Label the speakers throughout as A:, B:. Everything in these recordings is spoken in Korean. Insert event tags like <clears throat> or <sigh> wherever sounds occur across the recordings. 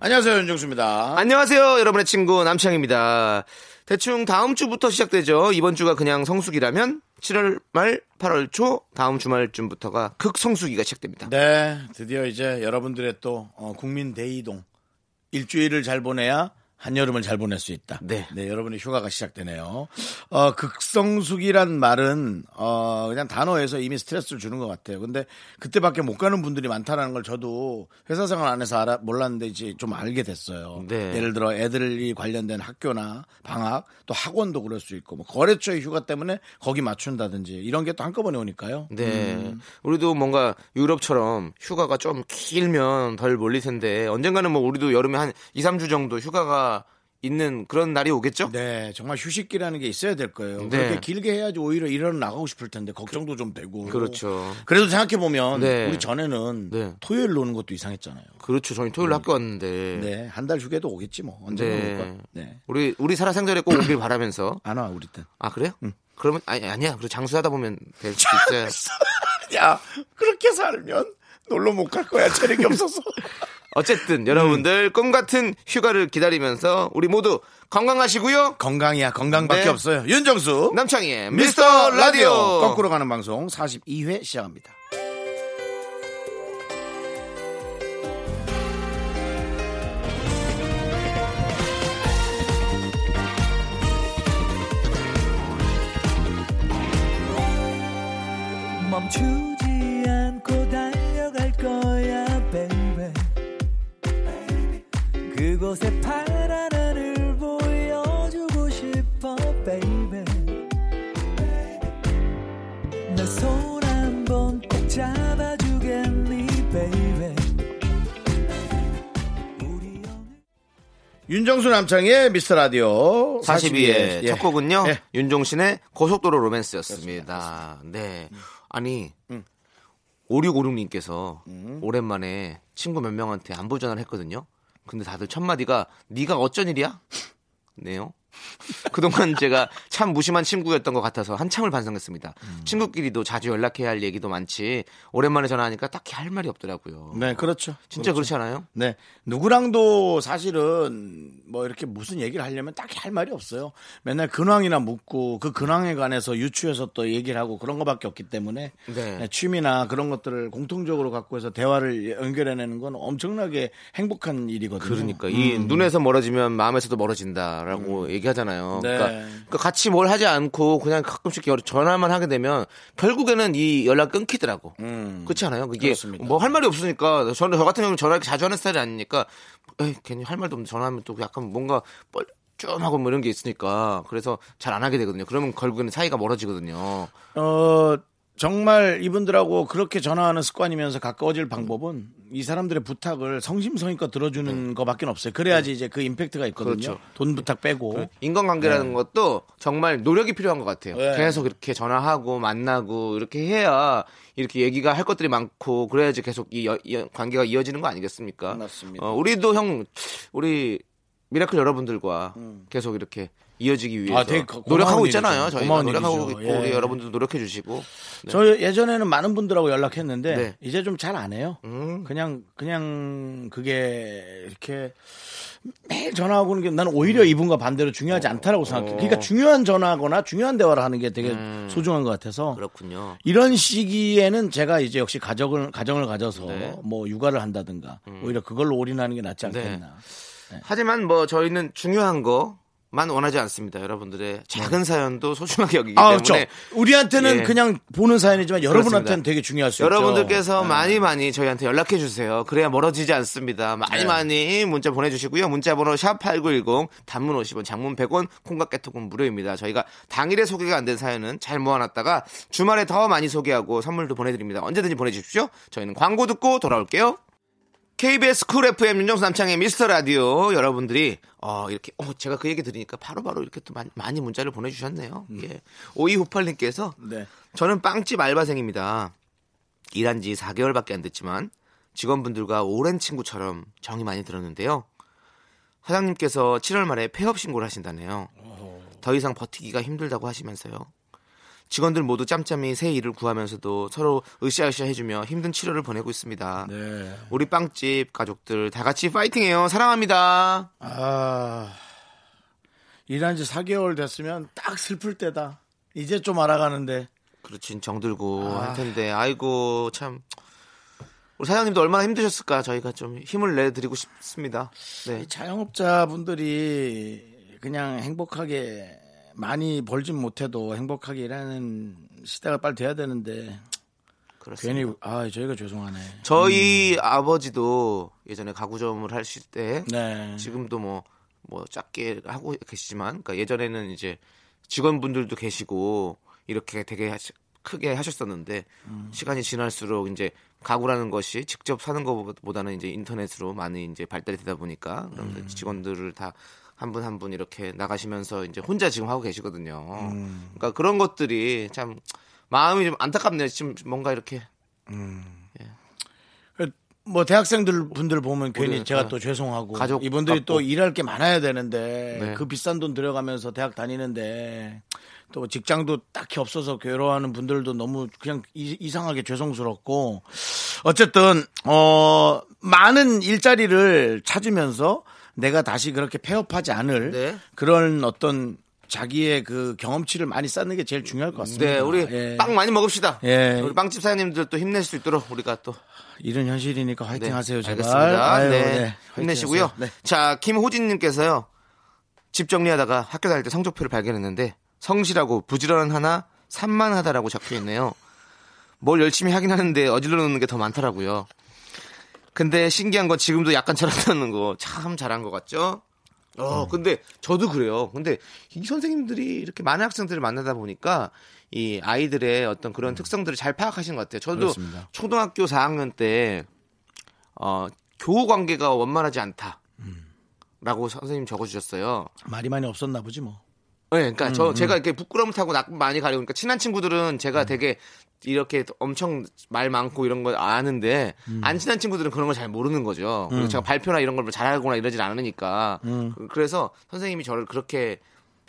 A: 안녕하세요 윤정수입니다.
B: 안녕하세요, 여러분의 친구 남창입니다. 대충 다음 주부터 시작되죠. 이번 주가 그냥 성수기라면 7월 말 8월 초 다음 주말쯤부터가 극성수기가 시작됩니다.
A: 네, 드디어 이제 여러분들의 또 어, 국민 대이동 일주일을 잘 보내야 한여름을 잘 보낼 수 있다.
B: 네.
A: 여러분의 휴가가 시작되네요. 어, 극성수기란 말은 어, 그냥 단어에서 이미 스트레스를 주는 것 같아요. 근데 그때밖에 못 가는 분들이 많다는 걸 저도 회사 생활 안에서 알아, 몰랐는데 이제 좀 알게 됐어요.
B: 네.
A: 예를 들어 애들이 관련된 학교나 방학 또 학원도 그럴 수 있고 뭐 거래처의 휴가 때문에 거기 맞춘다든지 이런 게 또 한꺼번에 오니까요.
B: 네.
A: 음.
B: 우리도 뭔가 유럽처럼 휴가가 좀 길면 덜 몰릴 텐데 언젠가는 뭐 우리도 여름에 한 2, 3주 정도 휴가가 있는 그런 날이 오겠죠?
A: 네, 정말 휴식기라는 게 있어야 될 거예요.
B: 네.
A: 그렇게 길게 해야지 오히려 일하러 나가고 싶을 텐데 걱정도 좀 되고.
B: 그렇죠.
A: 그래도 생각해 보면
B: 네.
A: 우리 전에는
B: 네.
A: 토요일 노는 것도 이상했잖아요.
B: 그렇죠. 저희 토요일 학교 왔는데
A: 음. 네, 한 달 휴게도 오겠지 뭐 언제
B: 네.
A: 올 거야. 네,
B: 우리 우리 살아생전에 꼭 오길 바라면서
A: 안 와 우리 땐. <laughs>
B: 아 그래요? 그러면 아니 아니야. 그 장수하다 보면 될 수도
A: <laughs>
B: 있어요.
A: 야, 그렇게 살면 놀러 못 갈 거야 체력이 없어서.
B: 어쨌든 여러분들 꿈 같은 휴가를 기다리면서 우리 모두 건강하시고요.
A: 건강이야, 건강밖에
B: 네.
A: 없어요. 윤정수,
B: 남창희의 미스터 라디오.
A: 거꾸로 가는 방송 42회 시작합니다.
C: 멈추지 않고 달려갈 거야 baby 그곳에 파란 하늘 보여주고 싶어 baby 내 손 한 번 꼭 잡아주겠니 baby 우리 오늘
A: 윤정수 남창의 미스터 라디오
B: 42의
A: 예.
B: 첫 곡은요.
A: 예.
B: 윤종신의 고속도로 로맨스였습니다. 음. 네. 아니 5656님께서 오랜만에 친구 몇 명한테 안부 전화를 했거든요. 근데 다들 첫마디가 네가 어쩐 일이야? 네요. <laughs> 그동안 제가 참 무심한 친구였던 것 같아서 한참을 반성했습니다. 친구끼리도 자주 연락해야 할 얘기도 많지 오랜만에 전화하니까 딱히 할 말이 없더라고요.
A: 네, 그렇죠.
B: 진짜 그렇지 않아요?
A: 네. 누구랑도 사실은 뭐 이렇게 무슨 얘기를 하려면 딱히 할 말이 없어요. 맨날 근황이나 묻고 그 근황에 관해서 유추해서 또 얘기를 하고 그런 것밖에 없기 때문에
B: 네.
A: 네, 취미나 그런 것들을 공통적으로 갖고 해서 대화를 연결해내는 건 엄청나게 행복한 일이거든요.
B: 그러니까 이
A: 음.
B: 눈에서 멀어지면 마음에서도 멀어진다라고 얘기하잖아요.
A: 네.
B: 그러니까, 그러니까 같이 뭘 하지 않고 그냥 가끔씩 열- 전화만 하게 되면 결국에는 이 연락 끊기더라고. 그렇지 않아요? 그게
A: 음. 그렇습니다.
B: 뭐 할 말이 없으니까 저는 저 같은 경우는 전화 이렇게 자주 하는 스타일이 아니니까 에이, 괜히 할 말도 없는데 전화하면 또 약간 뭔가 뻘쭘하고 뭐 이런 게 있으니까 그래서 잘 안 하게 되거든요. 그러면 결국에는 사이가 멀어지거든요.
A: 어, 정말 이분들하고 그렇게 전화하는 습관이면서 가까워질 방법은 이 사람들의 부탁을 성심성의껏 들어주는 것밖에 없어요. 그래야지 이제 그 임팩트가 있거든요.
B: 네. 그렇죠. 네.
A: 돈 부탁 빼고.
B: 인간관계라는 것도 정말 노력이 필요한 것 같아요.
A: 네.
B: 계속 이렇게 전화하고 만나고 이렇게 해야 이렇게 얘기가 할 것들이 많고 그래야지 계속 이 여- 이 관계가 이어지는 거 아니겠습니까?
A: 맞습니다.
B: 어, 우리도 형 우리 미라클 여러분들과 계속 이렇게 이어지기 위해서
A: 음. 아, 되게 고- 고마운
B: 노력하고 있잖아요.
A: 일이죠.
B: 저희가
A: 고마운
B: 노력하고
A: 일이죠.
B: 있고 우리
A: 예.
B: 여러분들도 노력해 주시고 네.
A: 저 예전에는 많은 분들하고 연락했는데
B: 네.
A: 이제 좀 잘 안 해요.
B: 음.
A: 그냥 그냥 그게 이렇게 매일 전화하고 그는 게 난 오히려
B: 음.
A: 이분과 반대로 중요하지 않다라고 생각해.
B: 어.
A: 요 그러니까 중요한 전화거나 중요한 대화를 하는 게 되게 소중한 것 같아서
B: 음. 그렇군요.
A: 이런 시기에는 제가 이제 역시 가정을 가정을 가져서
B: 네. 음.
A: 뭐 육아를 한다든가 오히려 그걸로 올인하는 게 낫지
B: 네.
A: 않겠나.
B: 하지만 뭐 저희는 중요한 거만 원하지 않습니다. 여러분들의 작은 사연도 소중하게 여기기
A: 네. 아, 그렇죠.
B: 때문에
A: 우리한테는
B: 예.
A: 그냥 보는 사연이지만 여러분한테는
B: 그렇습니다.
A: 되게 중요할 수 있죠. 네.
B: 여러분들께서 많이 많이 저희한테 연락해 주세요. 그래야 멀어지지 않습니다. 많이
A: 네.
B: 많이 문자 보내주시고요. 문자번호 샵 #8910 단문 50원, 장문 100원, 콩깍개톡은 무료입니다. 저희가 당일에 소개가 안 된 사연은 잘 모아놨다가 주말에 더 많이 소개하고 선물도 보내드립니다. 언제든지 보내주십시오. 저희는 광고 듣고 돌아올게요. KBS 쿨 FM 윤정수 남창의 미스터 라디오 여러분들이 어 이렇게 어 제가 그 얘기 들으니까 바로바로 이렇게 또 많이, 많이 문자를 보내주셨네요.
A: 음.
B: 예. 5298님께서
A: 네.
B: 저는 빵집 알바생입니다. 일한 지 4개월밖에 안 됐지만 직원분들과 오랜 친구처럼 정이 많이 들었는데요. 사장님께서 7월 말에 폐업 신고를 하신다네요. 더 이상 버티기가 힘들다고 하시면서요. 직원들 모두 짬짬이 새 일을 구하면서도 서로 으쌰으쌰 해주며 힘든 7월을 보내고 있습니다.
A: 네.
B: 우리 빵집 가족들 다 같이 파이팅해요. 사랑합니다.
A: 아, 일한 지 4개월 됐으면 딱 슬플 때다. 이제 좀 알아가는데.
B: 그렇지 정들고
A: 아.
B: 할 텐데 아이고 참 우리 사장님도 얼마나 힘드셨을까 저희가 좀 힘을 내드리고 싶습니다. 네.
A: 이 자영업자분들이 그냥 행복하게 많이 벌진 못해도 행복하게 일하는 시대가 빨리 돼야 되는데
B: 그렇습니다.
A: 괜히 아 저희가 죄송하네.
B: 저희 아버지도 예전에 가구점을 하실 때
A: 네.
B: 지금도 뭐, 뭐 작게 하고 계시지만 그러니까 예전에는 이제 직원분들도 계시고 이렇게 되게 하시- 크게 하셨었는데
A: 음.
B: 시간이 지날수록 이제 가구라는 것이 직접 사는 것보다는 이제 인터넷으로 많이 이제 발달이 되다 보니까 그런
A: 음.
B: 직원들을 다 한 분 한 분 이렇게 나가시면서 이제 혼자 지금 하고 계시거든요.
A: 음.
B: 그러니까 그런 것들이 참 마음이 좀 안타깝네요. 지금 뭔가 이렇게
A: 뭐 대학생들 분들 보면 괜히
B: 우리
A: 제가
B: 그
A: 또 죄송하고
B: 가족
A: 이분들이
B: 같고.
A: 또 일할 게 많아야 되는데
B: 네.
A: 그 비싼 돈 들여가면서 대학 다니는데 또 직장도 딱히 없어서 괴로워하는 분들도 너무 그냥 이- 이상하게 죄송스럽고 어쨌든 어 많은 일자리를 찾으면서 내가 다시 그렇게 폐업하지 않을
B: 네.
A: 그런 어떤 자기의 그 경험치를 많이 쌓는 게 제일 중요할 것 같습니다.
B: 네 우리
A: 예.
B: 빵 많이 먹읍시다.
A: 예.
B: 우리 빵집 사장님들 또 힘낼 수 있도록 우리가 또
A: 이런 현실이니까 화이팅
B: 네,
A: 하세요, 제발.
B: 알겠습니다.
A: 아유,
B: 네.
A: 화이팅
B: 힘내시고요.
A: 하세요. 네.
B: 자, 김호진님께서요. 집 정리하다가 학교 다닐 때 성적표를 발견했는데 성실하고 부지런 하나 산만하다라고 적혀 있네요. 뭘 열심히 하긴 하는데 어질러 놓는 게 더 많더라고요. 근데 신기한 건 지금도 약간 잘한다는 거 참 잘한 것 같죠?
A: 음.
B: 어, 근데 저도 그래요. 근데 이 선생님들이 이렇게 많은 학생들을 만나다 보니까 이 아이들의 어떤 그런 특성들을 잘 파악하신 것 같아요. 저도
A: 음. 그렇습니다.
B: 초등학교 4학년 때 어, 교우 관계가 원만하지 않다. 라고 선생님 적어주셨어요.
A: 말이 많이 없었나 보지 뭐.
B: 네, 그러니까 저 제가 이렇게 부끄러움 타고 낯 많이 가리고 그러니까 친한 친구들은 제가 되게 이렇게 엄청 말 많고 이런 걸 아는데 안 친한 친구들은 그런 걸 잘 모르는 거죠. 그리고 제가 발표나 이런 걸 잘 하거나 이러질 않으니까 그- 그래서 선생님이 저를 그렇게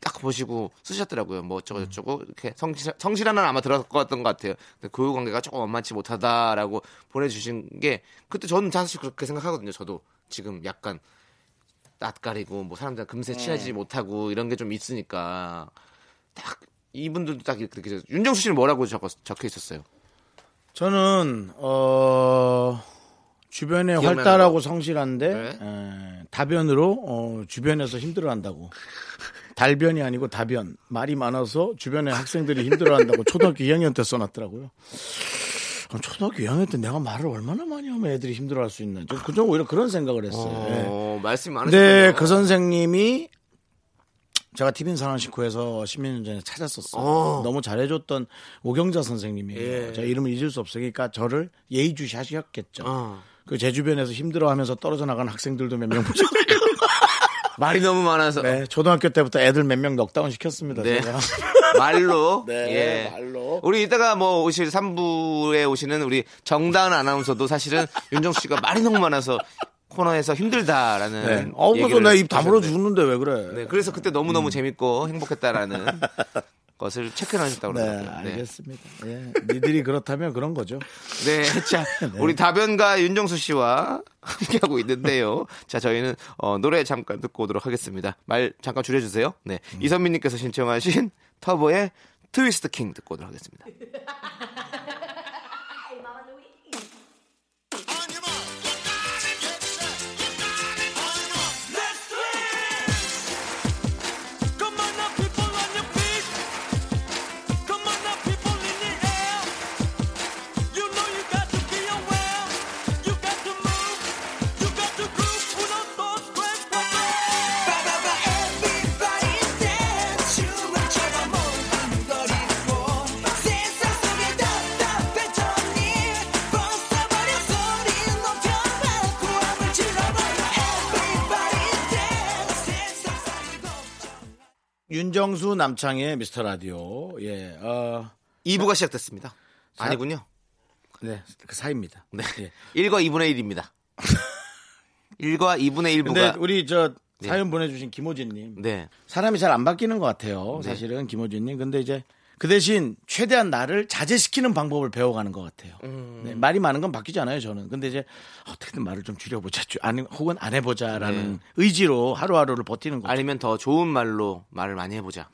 B: 딱 보시고 쓰셨더라고요. 뭐 어쩌고 저쩌고 이렇게 성실 성실한은 아마 들었던 것 같아요. 근데 교육 관계가 조금 원만치 못하다라고 보내주신 게 그때 저는 사실 그렇게 생각하거든요. 저도 지금 약간 낯가리고 뭐 사람들 금세
A: 네.
B: 친해지지 못하고 이런 게 좀 있으니까 딱 이분들도 딱 이렇게 느껴져요. 윤정수 씨는 뭐라고 적혀 있었어요?
A: 저는 어 주변에
B: 기억나는
A: 활달하고
B: 거.
A: 성실한데
B: 네.
A: 에, 다변으로 어, 주변에서 힘들어한다고. 달변이 아니고 다변. 말이 많아서 주변에 학생들이
B: <laughs>
A: 힘들어한다고 초등학교 2학년 때 써놨더라고요. 그럼 초등학교 2학년 때 내가 말을 얼마나 많이 하면 애들이 힘들어할 수 있나. 저 그저 오히려 그런 생각을 했어요. 예.
B: 어, 말씀 많으시네요.
A: 근데 그 선생님이 제가 티빈 사랑식구에서 10년 전에 찾았었어요.
B: 어.
A: 너무 잘해줬던 오경자 선생님이에요.
B: 예.
A: 제가 이름을 잊을 수 없으니까 저를 예의주시 하셨겠죠.
B: 어.
A: 그 제 주변에서 힘들어하면서 떨어져 나간 학생들도 몇 명 보셨어요.
B: <laughs> 말이 너무
A: <laughs>
B: 많아서
A: 네, 초등학교 때부터 애들 몇 명 넉다운 시켰습니다.
B: 네.
A: 제가.
B: <laughs> 말로
A: 네,
B: 예.
A: 말로.
B: 우리 이따가 뭐 오실 3부에 오시는 우리 정다은 아나운서도 사실은 <laughs> 윤정수 씨가 말이 너무 많아서 코너에서 힘들다라는
A: 네. 어, 그래서
B: 얘기를
A: 내입 다물어 음.
B: 하셨는데.
A: 죽는데 왜 그래?
B: 네, 그래서 그때 너무너무 재밌고 행복했다라는
A: <laughs>
B: 것을 체크하셨다고
A: 네,
B: 그러더라고요. 네.
A: 알겠습니다. 예, 니들이 그렇다면 그런 거죠.
B: 네, 자, 우리 다변가 윤정수 씨와 함께하고 있는데요. 자, 저희는 어, 노래 잠깐 듣고 오도록 하겠습니다. 말 잠깐 줄여주세요. 네, 이선민님께서 신청하신 터보의 트위스트 킹 듣고 오도록 하겠습니다.
D: Come on now, people on your feet. Come on now, people in the air. You know you got to be aware. You got to move. You got to groove. 우선 또 스트레스
E: 세상 속에 답답했던 일
A: 윤정수 남창의 미스터 라디오. 예. 어,
B: 2부가 시작됐습니다. 아니군요.
A: 네. 그 사이입니다.
B: 네.
A: 예.
B: 1과 2분의 1입니다. 1과 2분의
A: 근데
B: 1부가
A: 우리 저 사연 보내주신 김호진님
B: 네.
A: 네. 사람이 잘 안 바뀌는 것 같아요.
B: 네.
A: 사실은 김호진님. 근데 이제 그 대신 최대한 나를 자제시키는 방법을 배워가는 것 같아요. 네, 말이 많은 건 바뀌지 않아요, 저는. 근데 이제 어떻게든 말을 좀 줄여보자, 주- 아니 혹은 안 해보자라는
B: 네.
A: 의지로 하루하루를 버티는 거.
B: 아니면 더 좋은 말로 말을 많이 해보자.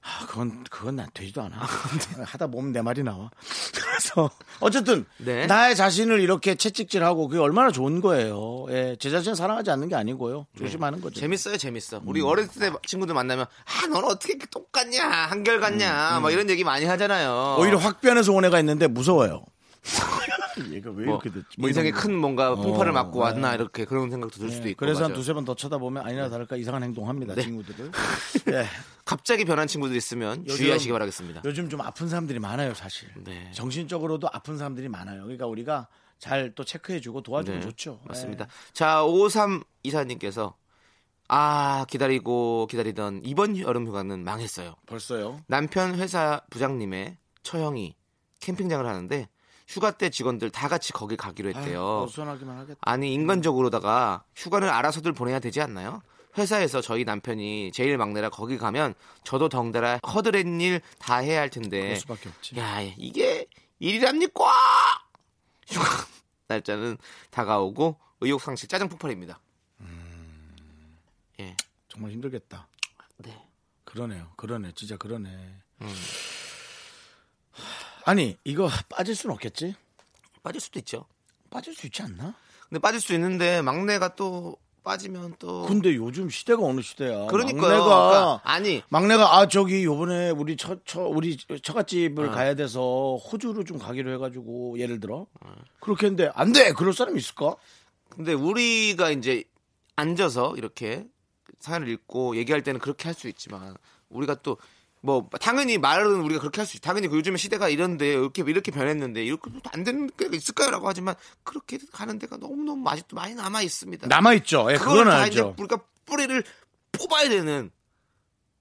A: 아, 그건 그건 나 되지도 않아. <laughs> 하다 보면 내 말이 나와. <laughs> 그래서 어쨌든
B: 네.
A: 나의 자신을 이렇게 채찍질하고 그게 얼마나 좋은 거예요. 예, 제 자신을 사랑하지 않는 게 아니고요. 조심하는 거죠.
B: 재밌어요, 재밌어. 우리 어렸을 때 친구들 만나면 아, 넌 어떻게 이렇게 똑같냐, 한결 같냐, 막 이런 얘기 많이 하잖아요.
A: 오히려 확 변해서 온 애가 있는데 무서워요. <laughs> 얘가 왜
B: 뭐,
A: 이렇게 됐지? 뭐
B: 인생에
A: 이런
B: 큰 뭔가 풍파를 맞고
A: 네.
B: 왔나 이렇게 그런 생각도 들 수도
A: 거. 네.
B: 있고.
A: 그래서 한
B: 맞아요. 네.
A: 두세 번 더 쳐다보면 아니나 다를까 이상한 행동합니다
B: <laughs>
A: 친구들을. 예.
B: 갑자기 변한 친구들 있으면
A: 요즘-
B: 주의하시기 바라겠습니다.
A: 요즘 좀 아픈 사람들이 많아요 사실.
B: 네.
A: 정신적으로도 아픈 사람들이 많아요. 그러니까 우리가 잘 또 체크해주고 도와주면
B: 네,
A: 좋죠.
B: 맞습니다.
A: 예.
B: 자, 53 이사님께서 아, 기다리고 기다리던 이번 여름 휴가는 망했어요.
A: 벌써요.
B: 남편 회사 부장님의 처형이 캠핑장을 하는데 휴가 때 직원들 다 같이 거기 가기로
A: 아유,
B: 했대요.
A: 어수선하기만 하겠다.
B: 아니 인간적으로다가 휴가는 알아서들 보내야 되지 않나요? 회사에서 저희 남편이 제일 막내라 거기 가면 저도 덩달아 허드렛 일 다 해야 할 텐데
A: 그럴 수밖에 없지.
B: 네. 야 이게 일이랍니까? 휴가 <laughs> 날짜는 다가오고 의욕 상실 짜증 폭발입니다.
A: 음.
B: 예,
A: 정말 힘들겠다.
B: 네,
A: 그러네요. 그러네. 진짜 그러네.
B: 음.
A: 아니 이거 빠질 순 없겠지?
B: 빠질 수도 있죠.
A: 빠질 수 있지 않나?
B: 근데 빠질 수 있는데 막내가 또 빠지면 또
A: 근데 요즘 시대가 어느 시대야?
B: 그러니까요.
A: 막내가
B: 그러니까 아니
A: 막내가 아 저기 요번에 우리 처, 처 우리
B: 네.
A: 처갓집을 가야 돼서 호주로 좀 가기로 해가지고 예를 들어
B: 네.
A: 그렇게 했는데 안 돼 그럴 사람이 있을까?
B: 근데 우리가 이제 앉아서 이렇게 사연을 읽고 얘기할 때는 그렇게 할 수 있지만 우리가 또 뭐 당연히 말은 우리가 그렇게 할 수 있. 당연히 그 요즘에 시대가 이런데 이렇게 이렇게 변했는데 이렇게 안 되는 게 있을까요라고 하지만 그렇게 하는 데가 너무 너무 아직도 많이 남아 있습니다.
A: 남아 있죠. 예,
B: 네. 그걸
A: 그건
B: 다 이제
A: 알죠.
B: 우리가 뿌리를 뽑아야 되는.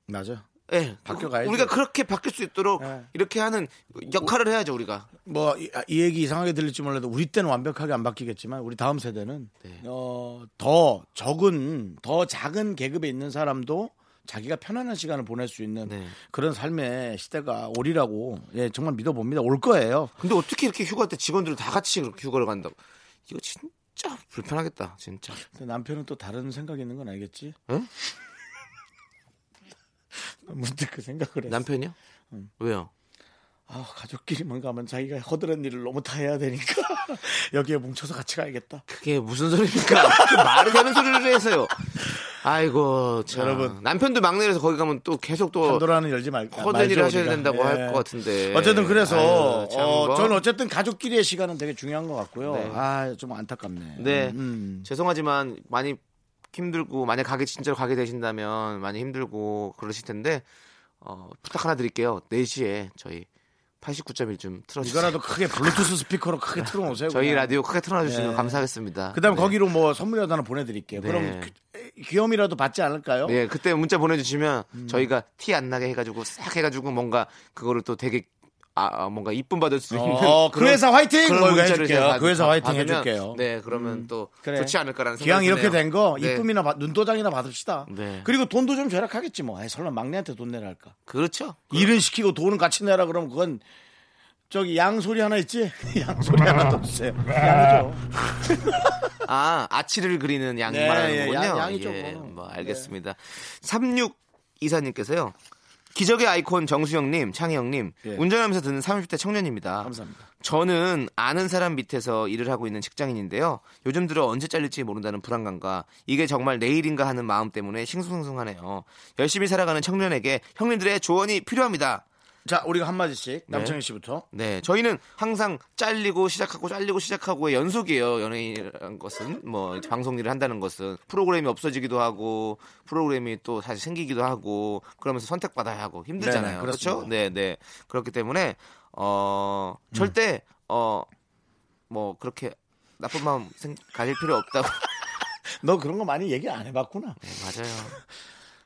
A: 맞아.
B: 예,
A: 바뀌어가야죠.
B: 우리가 그렇게 바뀔 수 있도록
A: 예.
B: 이렇게 하는 역할을 해야죠 우리가.
A: 뭐 이 얘기 이상하게 들릴지 몰라도 우리 때는 완벽하게 안 바뀌겠지만 우리 다음 세대는
B: 네.
A: 어, 더 적은 더 작은 계급에 있는 사람도 자기가 편안한 시간을 보낼 수 있는
B: 네.
A: 그런 삶의 시대가 오리라고 예 정말 믿어봅니다 올 거예요
B: 근데 어떻게 이렇게 휴가 때 직원들 다 같이 그렇게 휴가를 간다고? 이거 진짜 불편하겠다, 진짜.
A: 근데 남편은 또 다른 생각이 있는 건 알겠지 <laughs>
B: 응?
A: 문득 그 생각을 했어
B: 남편이요?
A: 음.
B: 왜요?
A: 아, 가족끼리만 가면 자기가 허드렛 일을 너무 다 해야 되니까 <laughs> 여기에 뭉쳐서 같이 가야겠다
B: 그게 무슨 소리입니까? <laughs> 그 말을 되는 소리를 해서요. 아이고, 참.
A: 여러분.
B: 남편도 막내라서 거기 가면 또 계속 또
A: 판도라는 열지 말
B: 어, 허드렛 일
A: 말죠,
B: 하셔야
A: 우리가.
B: 된다고
A: 예.
B: 할 것 같은데.
A: 어쨌든 그래서
B: 아유, 참
A: 어,
B: 뭐.
A: 저는 어쨌든 가족끼리의 시간은 되게 중요한 것 같고요.
B: 네.
A: 아 좀 안타깝네.
B: 네.
A: 음.
B: 죄송하지만 많이 힘들고 만약 가게 진짜로 가게 되신다면 많이 힘들고 그러실 텐데 어, 부탁 하나 드릴게요. 4시에 저희 89.1좀 틀어주세요.
A: 이거라도 크게 블루투스 스피커로 크게 틀어놓으세요.
B: 아, 저희
A: 그냥.
B: 라디오 크게 틀어주시면
A: 네.
B: 감사하겠습니다.
A: 그다음
B: 네.
A: 거기로 뭐 선물이라도 하나 보내드릴게요.
B: 네.
A: 그럼 귀- 귀염이라도 받지 않을까요?
B: 네, 그때 문자 보내주시면
A: 음.
B: 저희가 티 안 나게 해가지고 싹 해가지고 뭔가 그거를 또 되게 아, 아, 뭔가 이쁨 받을 수 있는
A: 어, 그 회사 화이팅!
B: 그런
A: 뭐 이거
B: 문자를
A: 해줄게요.
B: 제가 받-
A: 그 회사 화이팅
B: 받으면,
A: 해줄게요. 음,
B: 네, 그러면 또
A: 그래.
B: 좋지 않을까라는
A: 기왕
B: 생각이
A: 이렇게
B: 드네요.
A: 된 거
B: 네,
A: 이쁨이나 받- 눈도장이나 받읍시다.
B: 네.
A: 그리고 돈도 좀 절약하겠지 뭐. 아이, 설마 막내한테 돈 내라 할까?
B: 그렇죠.
A: 일은 시키고 돈은 같이 내라 그러면 그건 저기 양 소리 하나 있지? <laughs> 양 소리 하나 더 주세요. 양이죠.
B: 아, 아치를 그리는 양
A: 네,
B: 말하는
A: 예,
B: 거군요.
A: 양- 양이죠,
B: 예,
A: 그거는.
B: 뭐
A: 네.
B: 알겠습니다. 36 이사님께서요. 기적의 아이콘 정수영님, 창희영님,
A: 예.
B: 운전하면서 듣는 30대 청년입니다.
A: 감사합니다.
B: 저는 아는 사람 밑에서 일을 하고 있는 직장인인데요. 요즘 들어 언제 잘릴지 모른다는 불안감과 이게 정말 내일인가 하는 마음 때문에 싱숭생숭하네요. 열심히 살아가는 청년에게 형님들의 조언이 필요합니다.
A: 자, 우리가 한마디씩 남창희 씨부터.
B: 네, 저희는 항상 잘리고 시작하고 잘리고 시작하고의 연속이에요. 연예인이라는 것은 뭐 이제 방송 일을 한다는 것은 프로그램이 없어지기도 하고 프로그램이 또 다시 생기기도 하고 그러면서 선택받아야 하고 힘들잖아요.
A: 네네, 그렇습니다.
B: 그렇죠? 네, 네. 그렇기 때문에 어 절대
A: 음.
B: 어 뭐 그렇게 나쁜 마음
A: <laughs>
B: 생- 가질 필요 없다고.
A: 너 그런 거 많이 얘기 안 해봤구나.
B: 네, 맞아요.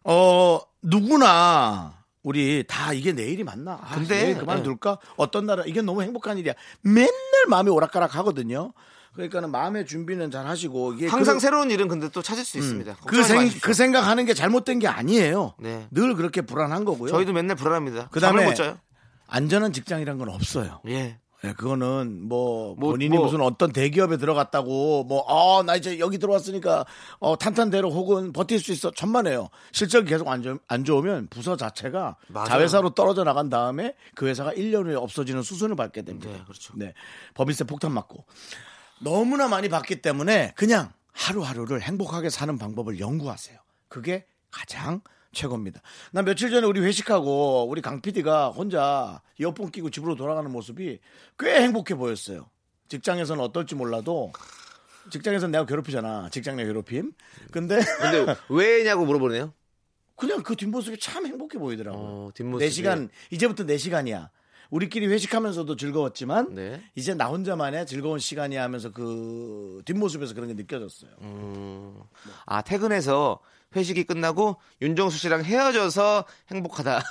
A: 어 누구나 우리 다 이게 내일이 맞나? 아,
B: 근데, 예.
A: 내일 그만둘까? 어떤 날은 이게 너무 행복한 일이야. 맨날 마음이 오락가락 하거든요. 그러니까는 마음의 준비는 잘 하시고 이게
B: 예, 항상
A: 그,
B: 새로운 일은 근데 또 찾을 수 있습니다.
A: 그,
B: 걱정하지
A: 생,
B: 마십시오.
A: 그 생각하는 게 잘못된 게 아니에요.
B: 네.
A: 늘 그렇게 불안한 거고요.
B: 저희도 맨날 불안합니다.
A: 그다음에-
B: 잠을 못 자요.
A: 안전한 직장이란 건 없어요.
B: 예.
A: 예, 그거는 뭐,
B: 뭐,
A: 본인이
B: 뭐.
A: 무슨 어떤 대기업에 들어갔다고 뭐아나 이제 여기 들어왔으니까 어 탄탄대로 혹은 버틸 수 있어 천만에요. 실적이 계속 안, 좋, 안 좋으면 부서 자체가
B: 맞아요.
A: 자회사로 떨어져 나간 다음에 그 회사가 1년 후에 없어지는 수순을 밟게 됩니다.
B: 네, 그렇죠.
A: 네, 법인세 폭탄 맞고 너무나 많이 봤기 때문에 그냥 하루하루를 행복하게 사는 방법을 연구하세요. 그게 가장 최고입니다. 나 며칠 전에 우리 회식하고 우리 강 PD가 혼자 이어폰 끼고 집으로 돌아가는 모습이 꽤 행복해 보였어요. 직장에서는 어떨지 몰라도 직장에서는 내가 괴롭히잖아. 직장 내 괴롭힘. 근데 <laughs>
B: 근데 왜냐고 물어보네요.
A: 그냥 그 뒷모습이 참 행복해 보이더라고요.
B: 어, 뒷모습이.
A: 4시간, 이제부터 4시간이야. 우리끼리 회식하면서도 즐거웠지만,
B: 네.
A: 이제 나 혼자만의 즐거운 시간이야 하면서 그 뒷모습에서 그런 게 느껴졌어요.
B: 음. 아 퇴근해서 회식이 끝나고 윤정수 씨랑 헤어져서 행복하다.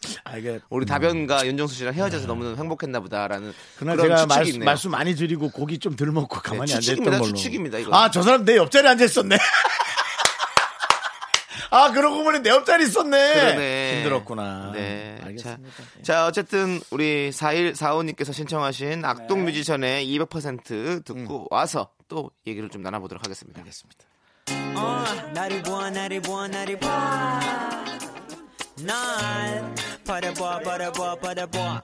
B: <laughs>
A: 아, 이게.
B: 우리 다변과 윤정수 씨랑 헤어져서 너무 행복했나 보다라는
A: 그날
B: 그런
A: 제가
B: 추측이
A: 말,
B: 있네요. 네,
A: 말씀 많이 드리고 고기 좀 덜 먹고 가만히 앉아있던
B: 추측입니다,
A: 걸로.
B: 추측입니다, 이거.
A: 아, 저 사람 내 옆자리에 앉아있었네. <laughs> 아, 그러고 보니 내 옆자리에 있었네.
B: 그러네.
A: 힘들었구나.
B: 네.
A: 알겠습니다.
B: 자, 자, 어쨌든 우리 4145님께서
A: 네.
B: 신청하신 악동 뮤지션의 200%
A: 음.
B: 듣고 와서 또 얘기를 좀 나눠보도록 하겠습니다. 알겠습니다.
C: 어, 나를 보아 나를 보아 나를 봐날 바라봐 바라봐 바라봐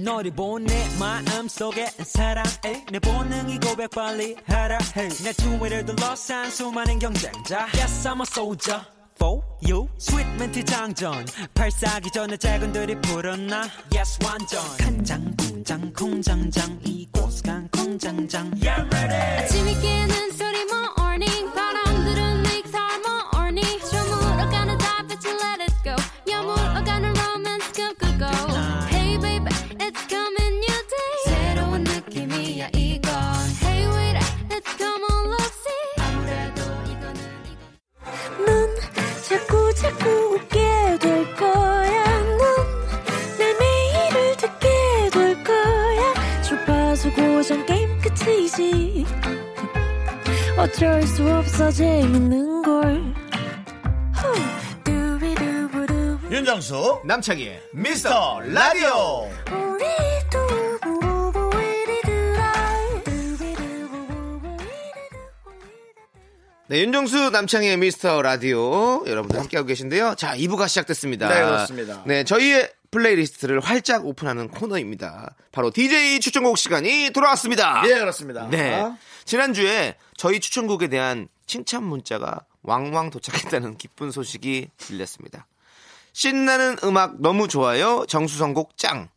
C: 너를 본내 마음 속에 사랑해 내 본능이 고백 빨리 하라 해내 주위를 둘러싼 수많은 경쟁자 Yes I'm a soldier For you Sweet 멘트 장전 발사기 전에 작은들이 풀었나 Yes 완전 간장 공장 공장장 이곳 간 공장장
E: 아침이 깨는 소리 뭐 morning 바람들은 make time more horny 저물어가는 달빛을 let it go 여물어가는 romance 꿈꾸고 Hey baby it's coming new day 새로운 느낌이야 이건 Hey wait let's come on let's see 아무래도 이거는 이거
F: 넌 자꾸 자꾸 웃게 될 거야. 넌내 매일을 듣게 될 거야. 주파수 고정 게임 끝이지. 어쩔 수 없어 재밌는 걸. 후. 두비두부두.
A: 윤정수,
B: 남창희의
A: 미스터 라디오.
F: 우리 두부부부 우리들아. 두비두부부부 우리들아.
B: 네, 윤정수 남창희의 미스터 라디오 여러분들 함께하고 계신데요. 자, 2부가 시작됐습니다.
A: 네, 그렇습니다.
B: 네, 저희의 플레이리스트를 활짝 오픈하는 코너입니다. 바로 DJ 추천곡 시간이 돌아왔습니다.
A: 예, 그렇습니다.
B: 네.
A: 아?
B: 지난주에 저희 추천곡에 대한 칭찬 문자가 왕왕 도착했다는 기쁜 소식이 들렸습니다. 신나는 음악 너무 좋아요. 정수성곡 짱.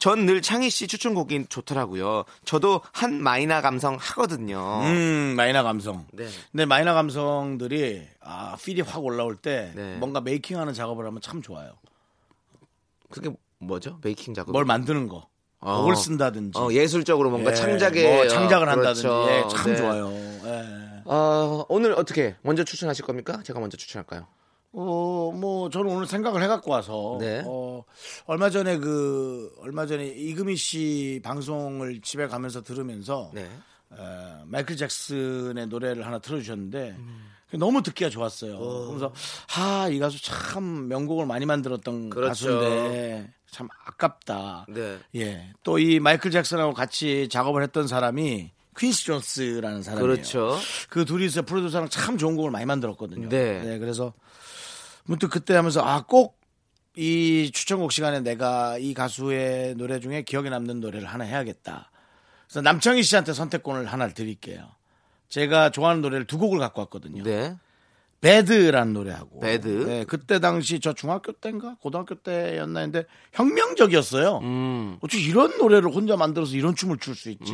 B: 전 늘 창희 씨 추천곡이 좋더라고요. 저도 한 마이나 감성 하거든요.
A: 음, 마이너 감성.
B: 어. 네.
A: 근데 마이너 감성들이 아, 필이 확 올라올 때
B: 네.
A: 뭔가 메이킹하는 작업을 하면 참 좋아요.
B: 그게 뭐죠? 메이킹 작업.
A: 뭘 만드는 거.
B: 어.
A: 곡을 쓴다든지.
B: 어, 예술적으로 뭔가
A: 예,
B: 창작에
A: 뭐 창작을
B: 어,
A: 한다든지.
B: 그렇죠.
A: 예, 참
B: 네.
A: 좋아요. 예.
B: 어, 오늘 어떻게 먼저 추천하실 겁니까? 제가 먼저 추천할까요?
A: 어, 뭐 저는 오늘 생각을 해 갖고 와서
B: 네.
A: 어, 얼마 전에 그 얼마 전에 이금희 씨 방송을 집에 가면서 들으면서
B: 네.
A: 어, 마이클 잭슨의 노래를 하나 틀어주셨는데 너무 듣기가 좋았어요. 그래서 하이 가수 참 명곡을 많이 만들었던
B: 그렇죠.
A: 가수인데 참 아깝다.
B: 네.
A: 예, 또 이 마이클 잭슨하고 같이 작업을 했던 사람이 퀸스 존스라는 사람이에요.
B: 그렇죠.
A: 그 둘이서 프로듀서랑 참 좋은 곡을 많이 만들었거든요.
B: 네.
A: 그래서 문득 그때 하면서 아 꼭 이 추천곡 시간에 내가 이 가수의 노래 중에 기억에 남는 노래를 하나 해야겠다. 그래서 남창희 씨한테 선택권을 하나를 드릴게요. 제가 좋아하는 노래를 두 곡을 갖고 왔거든요.
B: 네.
A: 배드라는 노래하고.
B: 배드.
A: 네, 그때 당시 저 중학교 때인가 고등학교 때였나 했는데 혁명적이었어요.
B: 음.
A: 어떻게 이런 노래를 혼자 만들어서 이런 춤을 출 수 있지?